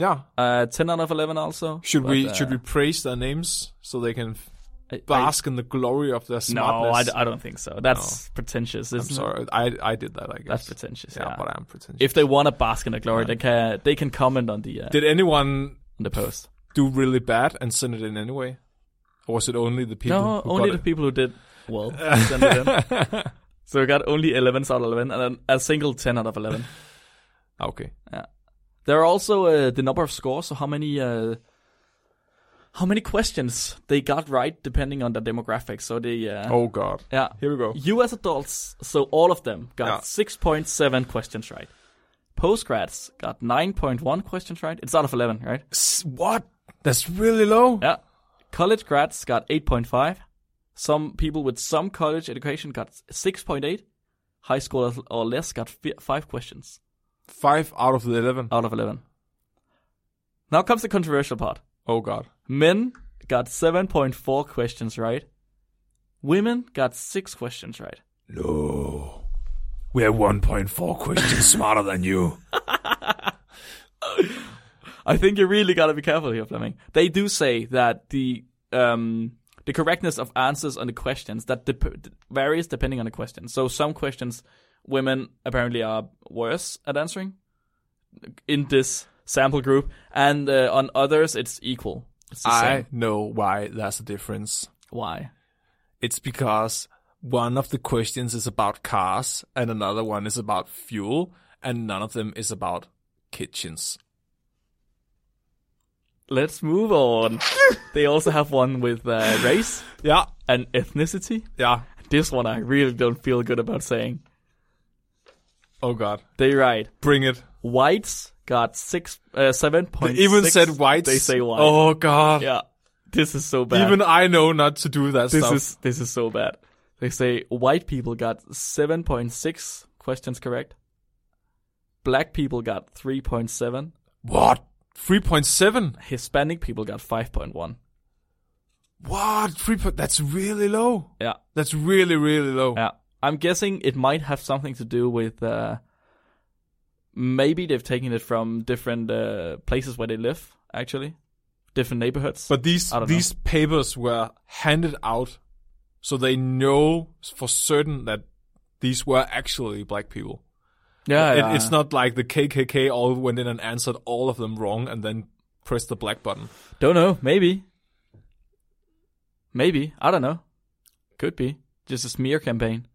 [SPEAKER 1] Yeah.
[SPEAKER 2] uh, 10 out of 11 also.
[SPEAKER 1] Should we
[SPEAKER 2] but, uh,
[SPEAKER 1] should we praise their names so they can f-
[SPEAKER 2] I- I-
[SPEAKER 1] bask in the glory of their
[SPEAKER 2] no,
[SPEAKER 1] smartness?
[SPEAKER 2] I, d- I don't think so. That's pretentious. Isn't
[SPEAKER 1] I'm
[SPEAKER 2] it?
[SPEAKER 1] sorry. I I did that. I guess
[SPEAKER 2] That's pretentious.
[SPEAKER 1] Yeah,
[SPEAKER 2] Yeah.
[SPEAKER 1] but I'm pretentious.
[SPEAKER 2] if they want to bask in the glory, they can they can comment on the uh,
[SPEAKER 1] did anyone
[SPEAKER 2] on the post.
[SPEAKER 1] do really bad and send it in anyway, or was it only the people?
[SPEAKER 2] No,
[SPEAKER 1] who
[SPEAKER 2] only the
[SPEAKER 1] got
[SPEAKER 2] people who did
[SPEAKER 1] [laughs]
[SPEAKER 2] well. send it in.
[SPEAKER 1] it?
[SPEAKER 2] So we got only 11s out of 11 and a a single 10 out of 11.
[SPEAKER 1] Ah, okay.
[SPEAKER 2] There are also uh, the number of scores, so how many uh, how many questions they got right depending on the demographics. So they uh,
[SPEAKER 1] Oh God.
[SPEAKER 2] yeah,
[SPEAKER 1] Here we go.
[SPEAKER 2] U.S. adults, so all of them got
[SPEAKER 1] Yeah.
[SPEAKER 2] 6.7 questions right. Postgrads got 9.1 questions right. It's out of 11, right?
[SPEAKER 1] S- What? That's really low.
[SPEAKER 2] Yeah. College grads got 8.5. Some people with some college education got 6.8. High school or less got fi- 5 questions
[SPEAKER 1] Five out of the eleven.
[SPEAKER 2] out of 11. Now comes the controversial part.
[SPEAKER 1] Oh God.
[SPEAKER 2] Men got 7.4 questions right. Women got 6 questions right.
[SPEAKER 1] No. We're 1.4 [laughs] questions smarter than you.
[SPEAKER 2] I think you really got to be careful here, Fleming. They do say that the um, the correctness of answers on the questions that dep- varies depending on the question. So some questions, women apparently are worse at answering in this sample group, and uh, on others it's equal. It's the
[SPEAKER 1] I
[SPEAKER 2] same.
[SPEAKER 1] know why that's a difference.
[SPEAKER 2] Why?
[SPEAKER 1] It's because one of the questions is about cars and another one is about fuel and none of them is about kitchens.
[SPEAKER 2] Let's move on. they also have one with uh, race
[SPEAKER 1] Yeah,
[SPEAKER 2] and ethnicity.
[SPEAKER 1] yeah.
[SPEAKER 2] This one I really don't feel good about saying.
[SPEAKER 1] Oh god.
[SPEAKER 2] They write.
[SPEAKER 1] Bring it.
[SPEAKER 2] Whites got six, uh, seven point.
[SPEAKER 1] Even said whites.
[SPEAKER 2] They say white.
[SPEAKER 1] Oh god.
[SPEAKER 2] yeah. This is so bad.
[SPEAKER 1] Even I know not to do that
[SPEAKER 2] this
[SPEAKER 1] stuff.
[SPEAKER 2] is this is so bad. They say white people got seven point six questions correct. Black people got three point seven.
[SPEAKER 1] what? 3.7?
[SPEAKER 2] Hispanic people got five point one.
[SPEAKER 1] What? 3 po- that's really low.
[SPEAKER 2] Yeah,
[SPEAKER 1] That's really really low.
[SPEAKER 2] yeah. I'm guessing it might have something to do with uh, maybe they've taken it from different uh, places where they live, actually, different neighborhoods.
[SPEAKER 1] But these
[SPEAKER 2] I don't know.
[SPEAKER 1] these papers were handed out, so they know for certain that these were actually black people.
[SPEAKER 2] yeah,
[SPEAKER 1] It-
[SPEAKER 2] yeah.
[SPEAKER 1] it's not like the KKK all went in and answered all of them wrong and then pressed the black button.
[SPEAKER 2] Don't know. Maybe. Maybe. I don't know. Could be. Just a smear campaign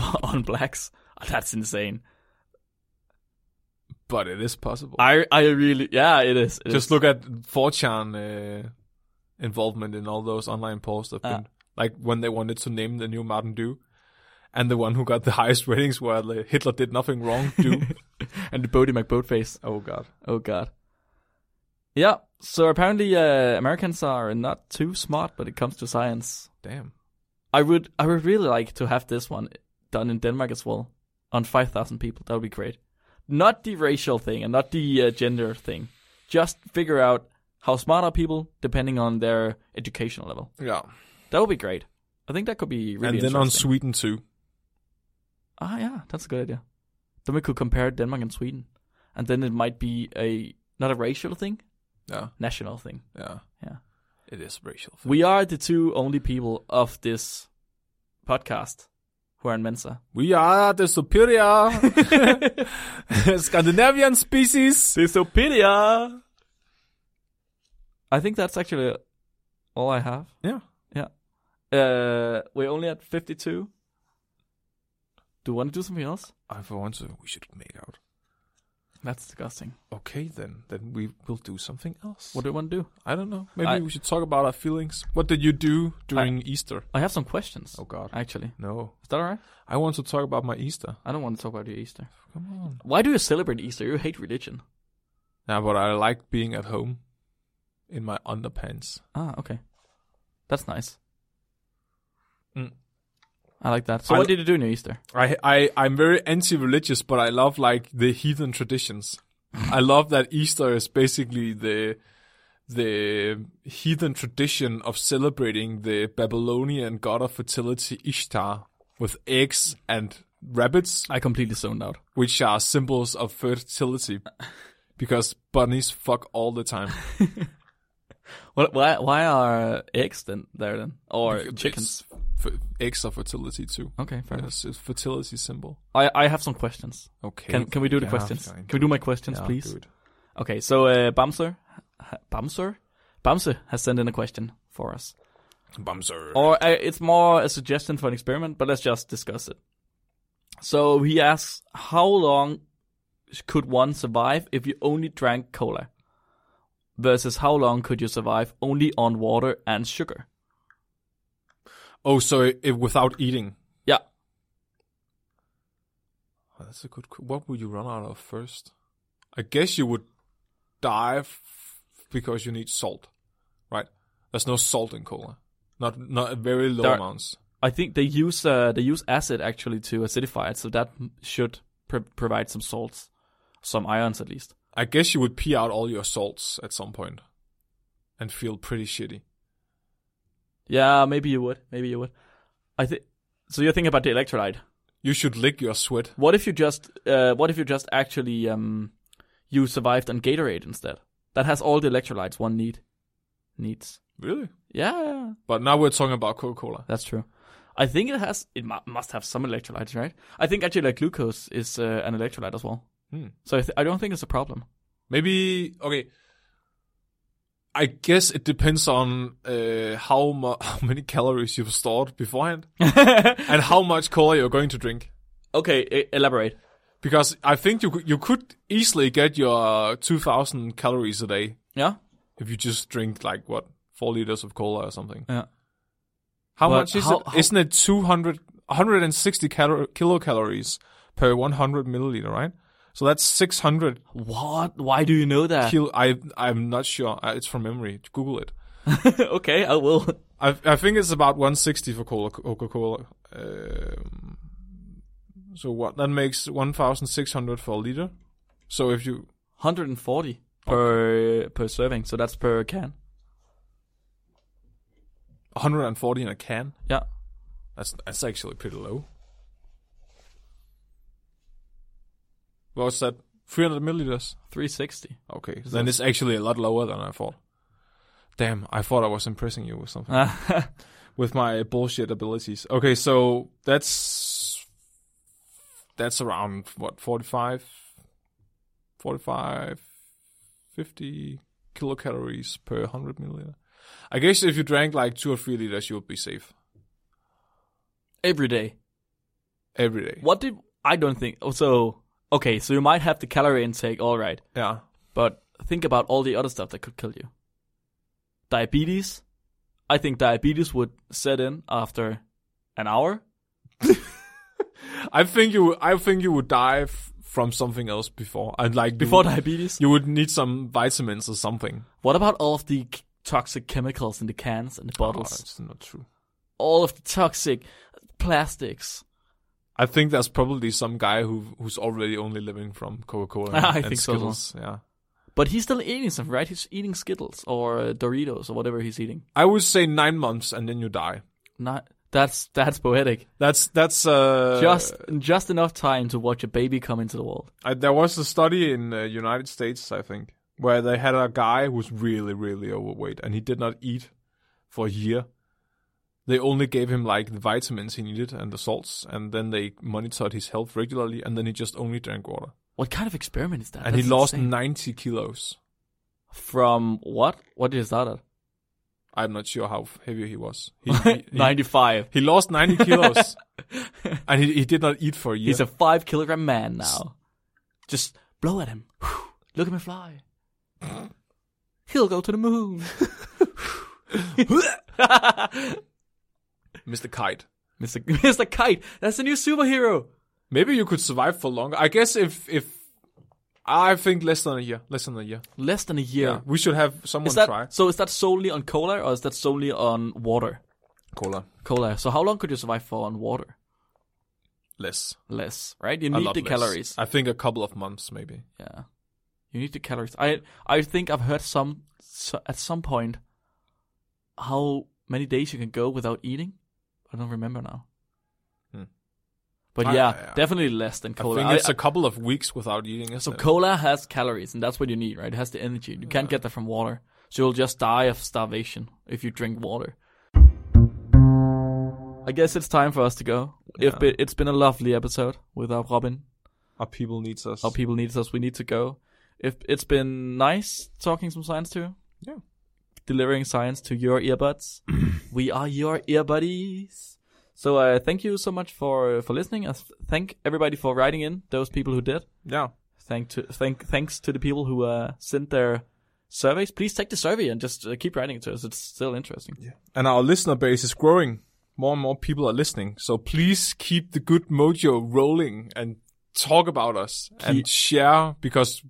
[SPEAKER 2] [laughs] on blacks. [laughs] Oh, that's insane.
[SPEAKER 1] But it is possible.
[SPEAKER 2] I I really yeah, it is. it
[SPEAKER 1] Just
[SPEAKER 2] is.
[SPEAKER 1] look at 4chan uh, involvement in all those online polls.
[SPEAKER 2] Ah.
[SPEAKER 1] That been, like when they wanted to name the new Martin Dew, and the one who got the [laughs] highest ratings were the Hitler did nothing wrong. Dew.
[SPEAKER 2] and the Bodie McBoatface.
[SPEAKER 1] oh god.
[SPEAKER 2] [laughs] Oh god. Yeah. So apparently uh, Americans are not too smart when it comes to science.
[SPEAKER 1] Damn.
[SPEAKER 2] I would I would really like to have this one done in Denmark as well on 5,000 people. That would be great. Not the racial thing and not the uh, gender thing. Just figure out how smart are people depending on their educational level.
[SPEAKER 1] Yeah.
[SPEAKER 2] That would be great. I think that could be really
[SPEAKER 1] and then on
[SPEAKER 2] interesting.
[SPEAKER 1] Sweden too.
[SPEAKER 2] ah yeah, that's a good idea. Then we could compare Denmark and Sweden, and then it might be a not a racial thing,
[SPEAKER 1] Yeah.
[SPEAKER 2] national thing.
[SPEAKER 1] Yeah.
[SPEAKER 2] Yeah.
[SPEAKER 1] It is racial.
[SPEAKER 2] We are the two only people of this podcast who are in Mensa.
[SPEAKER 1] We are the
[SPEAKER 2] [laughs]
[SPEAKER 1] superior [laughs] Scandinavian species.
[SPEAKER 2] Dystopedia. I think that's actually all I have.
[SPEAKER 1] Yeah.
[SPEAKER 2] Uh, we're only at 52. Do you want to do something else?
[SPEAKER 1] I for once uh, we should make out.
[SPEAKER 2] That's disgusting.
[SPEAKER 1] Okay then, then we will do something else.
[SPEAKER 2] What do you want to do?
[SPEAKER 1] I don't know. Maybe
[SPEAKER 2] I-
[SPEAKER 1] we should talk about our feelings. What did you do during Easter?
[SPEAKER 2] I have some questions,
[SPEAKER 1] Oh God,
[SPEAKER 2] actually.
[SPEAKER 1] no!
[SPEAKER 2] Is that all right?
[SPEAKER 1] I want to talk about my Easter.
[SPEAKER 2] I don't want to talk about your Easter.
[SPEAKER 1] Come on.
[SPEAKER 2] Why do you celebrate Easter? You hate religion.
[SPEAKER 1] Nah, but I like being at home in my underpants.
[SPEAKER 2] Ah, okay. That's nice.
[SPEAKER 1] Mm.
[SPEAKER 2] I like that. So
[SPEAKER 1] I-
[SPEAKER 2] what did you do in your Easter?
[SPEAKER 1] I I I'm very anti-religious, but I love like the heathen traditions. I love that Easter is basically the the heathen tradition of celebrating the Babylonian god of fertility Ishtar with eggs and rabbits,
[SPEAKER 2] I completely zoned out.
[SPEAKER 1] which are symbols of fertility, because bunnies fuck all the
[SPEAKER 2] [laughs]
[SPEAKER 1] time.
[SPEAKER 2] What, why why are eggs then there then or
[SPEAKER 1] Because
[SPEAKER 2] chickens?
[SPEAKER 1] it's F- eggs are fertility too.
[SPEAKER 2] Okay, fair enough.
[SPEAKER 1] It's a fertility symbol.
[SPEAKER 2] I, I have some questions.
[SPEAKER 1] Okay.
[SPEAKER 2] Can can we do the
[SPEAKER 1] Yeah,
[SPEAKER 2] questions?
[SPEAKER 1] fine.
[SPEAKER 2] Can we do my questions,
[SPEAKER 1] Yeah,
[SPEAKER 2] please?
[SPEAKER 1] do it.
[SPEAKER 2] Okay, so uh, Bamser, ha- Bamser, Bamser has sent in a question for us.
[SPEAKER 1] Bumser.
[SPEAKER 2] Or uh, it's more a suggestion for an experiment, but let's just discuss it. So he asks, how long could one survive if you only drank cola? Versus how long could you survive only on water and sugar?
[SPEAKER 1] Oh, so i if without eating.
[SPEAKER 2] Yeah.
[SPEAKER 1] Oh, that's a good. qu- What would you run out of first? I guess you would die f- because you need salt, right? There's no salt in cola. Not not very low
[SPEAKER 2] There are-
[SPEAKER 1] amounts.
[SPEAKER 2] I think they use uh, they use acid actually to acidify it, so that m- should pr- provide some salts, some ions at least.
[SPEAKER 1] I guess you would pee out all your salts at some point, and feel pretty shitty.
[SPEAKER 2] Yeah, maybe you would. Maybe you would. I think. So you're thinking about the electrolyte.
[SPEAKER 1] You should lick your sweat.
[SPEAKER 2] What if you just uh, what if you just actually um, you survived on Gatorade instead? That has all the electrolytes one need needs.
[SPEAKER 1] Really?
[SPEAKER 2] Yeah,
[SPEAKER 1] But now we're talking about Coca-Cola.
[SPEAKER 2] that's true. I think it has it mu- must have some electrolytes, right? I think actually like glucose is uh, an electrolyte as well.
[SPEAKER 1] Hmm.
[SPEAKER 2] So I, th- I don't think it's a problem.
[SPEAKER 1] Maybe okay. I guess it depends on uh, how mu- [laughs] how many calories you've stored beforehand and how much cola you're going to drink.
[SPEAKER 2] okay, e- elaborate.
[SPEAKER 1] Because I think you could, you could easily get your 2,000 calories a day
[SPEAKER 2] Yeah.
[SPEAKER 1] if you just drink like what four liters of cola or something.
[SPEAKER 2] Yeah.
[SPEAKER 1] How
[SPEAKER 2] But
[SPEAKER 1] much is
[SPEAKER 2] how-
[SPEAKER 1] it?
[SPEAKER 2] how-
[SPEAKER 1] Isn't it 200 160 calo- kilocalories per 100 milliliter? Right. So that's 600
[SPEAKER 2] What? Why do you know
[SPEAKER 1] [laughs]
[SPEAKER 2] that?
[SPEAKER 1] kilo. I I'm not sure. Uh, It's from memory. Google it.
[SPEAKER 2] okay, I will.
[SPEAKER 1] I I think it's about 160 for cola, Coca-Cola. Um, so what that makes 1,600 for a liter. So if you
[SPEAKER 2] 140 per per øh, serving. So that's per can.
[SPEAKER 1] 140 in a can,
[SPEAKER 2] Yeah.
[SPEAKER 1] that's that's actually pretty low. What's that? 300 milliliters.
[SPEAKER 2] 360.
[SPEAKER 1] Okay, then it's actually a lot lower than I thought. Damn, I thought I was impressing you with something. with my bullshit abilities. Okay, so that's that's around what 45 45 50 kilocalories per 100 milliliter. I guess if you drank like 2 or 3 liters you would be safe
[SPEAKER 2] [laughs] Every day.
[SPEAKER 1] every day.
[SPEAKER 2] What did I don't think? oh, So okay, so you might have the calorie intake, all right,
[SPEAKER 1] Yeah.
[SPEAKER 2] but think about all the other stuff that could kill you. Diabetes. I think diabetes would set in after an hour.
[SPEAKER 1] I think you I think you would die f- from something else before. And like you
[SPEAKER 2] Before
[SPEAKER 1] would-
[SPEAKER 2] diabetes,
[SPEAKER 1] you would need some vitamins or something.
[SPEAKER 2] what about all of the c- toxic chemicals in the cans and the
[SPEAKER 1] Oh,
[SPEAKER 2] bottles?
[SPEAKER 1] that's not true.
[SPEAKER 2] all of the toxic plastics.
[SPEAKER 1] I think there's probably some guy who who's already only living from Coca-Cola and,
[SPEAKER 2] [laughs] I
[SPEAKER 1] and
[SPEAKER 2] think so as well.
[SPEAKER 1] Skittles. Yeah.
[SPEAKER 2] But he's still eating something, right? He's eating Skittles or uh, Doritos or whatever he's eating.
[SPEAKER 1] I would say nine months and then you die.
[SPEAKER 2] Not that's that's poetic.
[SPEAKER 1] That's that's uh
[SPEAKER 2] just just enough time to watch a baby come into the world.
[SPEAKER 1] I, there was a study in uh, United States, I think, where they had a guy who was really really overweight and he did not eat for a year. They only gave him like the vitamins he needed and the salts, and then they monitored his health regularly, and then he just only drank water,
[SPEAKER 2] What kind of experiment is that?
[SPEAKER 1] and
[SPEAKER 2] That's
[SPEAKER 1] he lost
[SPEAKER 2] insane.
[SPEAKER 1] ninety kilos.
[SPEAKER 2] from what? What is that? At?
[SPEAKER 1] I'm not sure how heavy he was.
[SPEAKER 2] [laughs]
[SPEAKER 1] He, he, he-
[SPEAKER 2] Ninety-five.
[SPEAKER 1] he lost ninety
[SPEAKER 2] [laughs]
[SPEAKER 1] kilos, and he, he did not eat for a year.
[SPEAKER 2] He's a five-kilogram man now. Just blow at him. [sighs] Look at him fly. He'll go to the moon. [laughs]
[SPEAKER 1] Mr. Kite.
[SPEAKER 2] [laughs] Mr. Mr. Kite, that's the new superhero.
[SPEAKER 1] Maybe you could survive for longer. I guess if if I think less than a year, less than a year.
[SPEAKER 2] Less than a year.
[SPEAKER 1] we should have someone
[SPEAKER 2] Is that
[SPEAKER 1] try
[SPEAKER 2] so? Is that solely on cola or is that solely on water?
[SPEAKER 1] cola
[SPEAKER 2] Cola. So how long could you survive for on water?
[SPEAKER 1] less.
[SPEAKER 2] Less, right? You
[SPEAKER 1] A
[SPEAKER 2] need
[SPEAKER 1] lot
[SPEAKER 2] the
[SPEAKER 1] less. Uh,
[SPEAKER 2] calories.
[SPEAKER 1] I think a couple of months maybe.
[SPEAKER 2] Yeah. You need the calories. I I think I've heard some so, at some point how many days you can go without eating. I don't remember now.
[SPEAKER 1] Hmm.
[SPEAKER 2] But
[SPEAKER 1] I-
[SPEAKER 2] yeah,
[SPEAKER 1] I- I-
[SPEAKER 2] definitely less than cola.
[SPEAKER 1] I think
[SPEAKER 2] I-
[SPEAKER 1] it's
[SPEAKER 2] I-
[SPEAKER 1] a couple of weeks without eating. Isn't
[SPEAKER 2] so
[SPEAKER 1] it?
[SPEAKER 2] cola has calories, and that's what you need, right? It has the energy. You can't get that from water, so you'll just die of starvation if you drink water. I guess it's time for us to go. If
[SPEAKER 1] Yeah.
[SPEAKER 2] it, it's been a lovely episode with our Robin,
[SPEAKER 1] our people needs us.
[SPEAKER 2] our people need us. We need to go. If it's been nice talking some science to you,
[SPEAKER 1] Yeah.
[SPEAKER 2] delivering science to your
[SPEAKER 1] [clears throat]
[SPEAKER 2] earbuds, we are your earbuddies. So uh, thank you so much for for listening. I thank everybody for writing in. Those people who did
[SPEAKER 1] yeah,
[SPEAKER 2] thank to thank thanks to the people who uh, sent their surveys. Please take the survey and just uh, keep writing it to us. It's still interesting.
[SPEAKER 1] and our listener base is growing. More and more people are listening. So please keep the good mojo rolling and talk about us and share because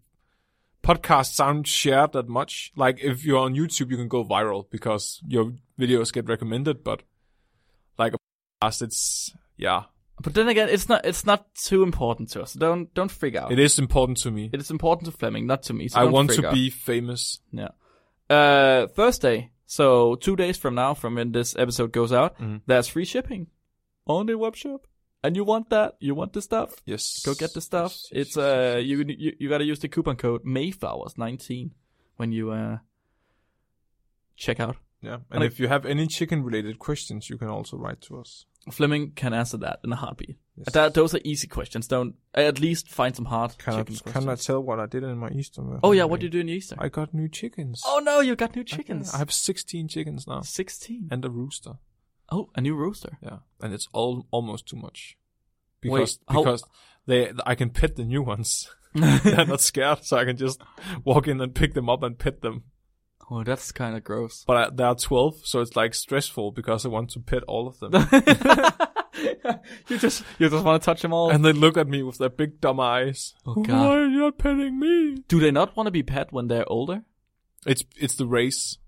[SPEAKER 1] podcasts aren't shared that much. Like if you're on YouTube, you can go viral because your videos get recommended. But like a podcast, it's yeah,
[SPEAKER 2] But then again, it's not it's not too important to us. Don't don't freak out.
[SPEAKER 1] it is important to me.
[SPEAKER 2] It is important to Fleming, not to me. So
[SPEAKER 1] I
[SPEAKER 2] don't
[SPEAKER 1] want
[SPEAKER 2] freak
[SPEAKER 1] to
[SPEAKER 2] out.
[SPEAKER 1] be famous.
[SPEAKER 2] Yeah. Uh, Thursday. So two days from now, from when this episode goes out,
[SPEAKER 1] Mm-hmm.
[SPEAKER 2] there's free shipping on the web shop, and you want that? You want the stuff?
[SPEAKER 1] Yes.
[SPEAKER 2] Go get the stuff.
[SPEAKER 1] Yes, yes,
[SPEAKER 2] It's uh, you you, you got to use the coupon code Mayflowers nineteen when you uh check out.
[SPEAKER 1] Yeah, and
[SPEAKER 2] And I-
[SPEAKER 1] if you have any chicken-related questions, you can also write to us.
[SPEAKER 2] Fleming can answer that in a heartbeat.
[SPEAKER 1] Yes.
[SPEAKER 2] That those are easy questions. Don't uh, at least find some hard
[SPEAKER 1] Can I,
[SPEAKER 2] chicken questions.
[SPEAKER 1] can I tell what I did in my Easter? meal?
[SPEAKER 2] oh yeah, what do you do in Easter?
[SPEAKER 1] I got new chickens.
[SPEAKER 2] oh no, you got new chickens.
[SPEAKER 1] I have 16 chickens now
[SPEAKER 2] sixteen.
[SPEAKER 1] and a rooster.
[SPEAKER 2] Oh, a
[SPEAKER 1] [laughs]
[SPEAKER 2] new rooster.
[SPEAKER 1] Yeah, and it's all almost too much
[SPEAKER 2] Wait,
[SPEAKER 1] because
[SPEAKER 2] how-
[SPEAKER 1] because they I can pet the new ones. [laughs] They're not scared, so I can just walk in and pick them up and pet them.
[SPEAKER 2] Oh, that's kind
[SPEAKER 1] [laughs]
[SPEAKER 2] of gross.
[SPEAKER 1] But I, there are 12, so it's like stressful because I want to pet all of
[SPEAKER 2] [laughs]
[SPEAKER 1] them.
[SPEAKER 2] you just you just want to touch them all.
[SPEAKER 1] and they look at me with their big dumb eyes.
[SPEAKER 2] Oh, God.
[SPEAKER 1] Why are you not petting me?
[SPEAKER 2] Do they not want to be pet when they're older?
[SPEAKER 1] It's it's the race.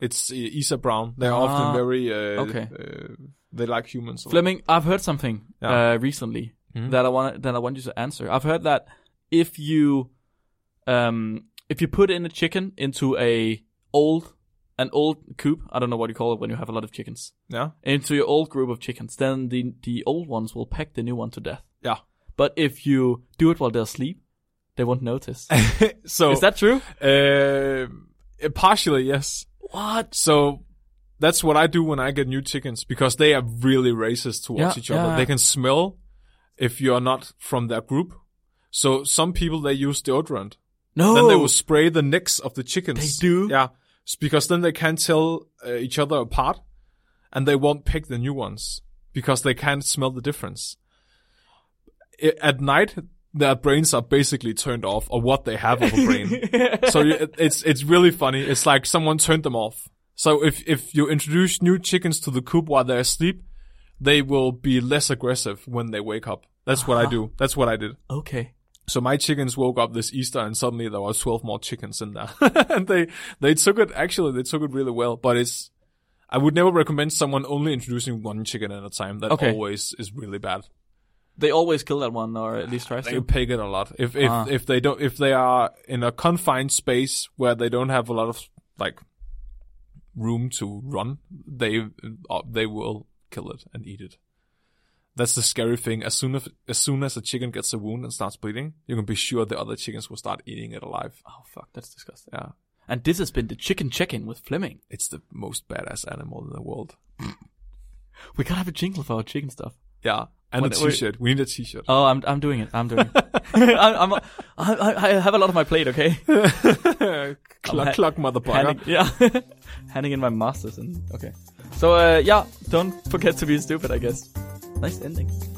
[SPEAKER 1] It's uh, Isa Brown. They're
[SPEAKER 2] Ah,
[SPEAKER 1] often very uh,
[SPEAKER 2] okay.
[SPEAKER 1] Uh, they like humans. a lot.
[SPEAKER 2] Fleming, I've heard something
[SPEAKER 1] Yeah.
[SPEAKER 2] uh, recently
[SPEAKER 1] Mhm.
[SPEAKER 2] that I want that I want you to answer. I've heard that if you um if you put in a chicken into a old an old coop, I don't know what you call it when you have a lot of chickens,
[SPEAKER 1] Yeah.
[SPEAKER 2] into your old group of chickens, then the the old ones will peck the new one to death.
[SPEAKER 1] Yeah.
[SPEAKER 2] But if you do it while they're asleep, they won't
[SPEAKER 1] [laughs]
[SPEAKER 2] notice.
[SPEAKER 1] So
[SPEAKER 2] Is that true?
[SPEAKER 1] uh, partially yes?
[SPEAKER 2] What?
[SPEAKER 1] So that's what I do when I get new chickens because they are really racist towards
[SPEAKER 2] Yeah,
[SPEAKER 1] each other.
[SPEAKER 2] yeah.
[SPEAKER 1] They can smell if you are not from their group. So some people they use deodorant.
[SPEAKER 2] No.
[SPEAKER 1] Then they will spray the necks of the chickens.
[SPEAKER 2] Oh. They do?
[SPEAKER 1] Yeah, S- because then they can't tell uh, each other apart, and they won't pick the new ones because they can't smell the difference. I- at night, their brains are basically turned off, or what they have of a
[SPEAKER 2] [laughs]
[SPEAKER 1] brain. so you, it- it's it's really funny. It's like someone turned them off. So if if you introduce new chickens to the coop while they're asleep, they will be less aggressive when they wake up. That's what
[SPEAKER 2] Uh-huh.
[SPEAKER 1] I do. That's what I did.
[SPEAKER 2] okay.
[SPEAKER 1] So my chickens woke up this Easter and suddenly there were 12 more chickens in there. [laughs] and they, they took it, actually, they took it really well, but it's, I would never recommend someone only introducing one chicken at a time. That
[SPEAKER 2] Okay.
[SPEAKER 1] always is really bad.
[SPEAKER 2] They always kill that one, or at least try
[SPEAKER 1] They
[SPEAKER 2] to.
[SPEAKER 1] peg it a lot. If, if,
[SPEAKER 2] Ah.
[SPEAKER 1] if they don't, if they are in a confined space where they don't have a lot of, like, room to run, they, uh, they will kill it and eat it. That's the scary thing. As soon as, as soon as a chicken gets a wound and starts bleeding, you can be sure the other chickens will start eating it alive.
[SPEAKER 2] Oh fuck, that's disgusting.
[SPEAKER 1] Yeah.
[SPEAKER 2] And this has been the chicken check-in with Fleming.
[SPEAKER 1] It's the most badass animal in the world.
[SPEAKER 2] We gotta have a jingle for our chicken stuff.
[SPEAKER 1] Yeah. And
[SPEAKER 2] What-
[SPEAKER 1] a
[SPEAKER 2] what-
[SPEAKER 1] t-shirt. We need a t-shirt.
[SPEAKER 2] Oh, I'm I'm doing it. I'm doing it. [laughs] I'm, I'm I, I I have a lot on my plate. [laughs] Okay.
[SPEAKER 1] cluck,
[SPEAKER 2] ha-
[SPEAKER 1] cluck, mother
[SPEAKER 2] Handing, yeah. [laughs] Handing in my masters and okay. So uh, yeah, don't forget to be stupid. I guess. Nice ending.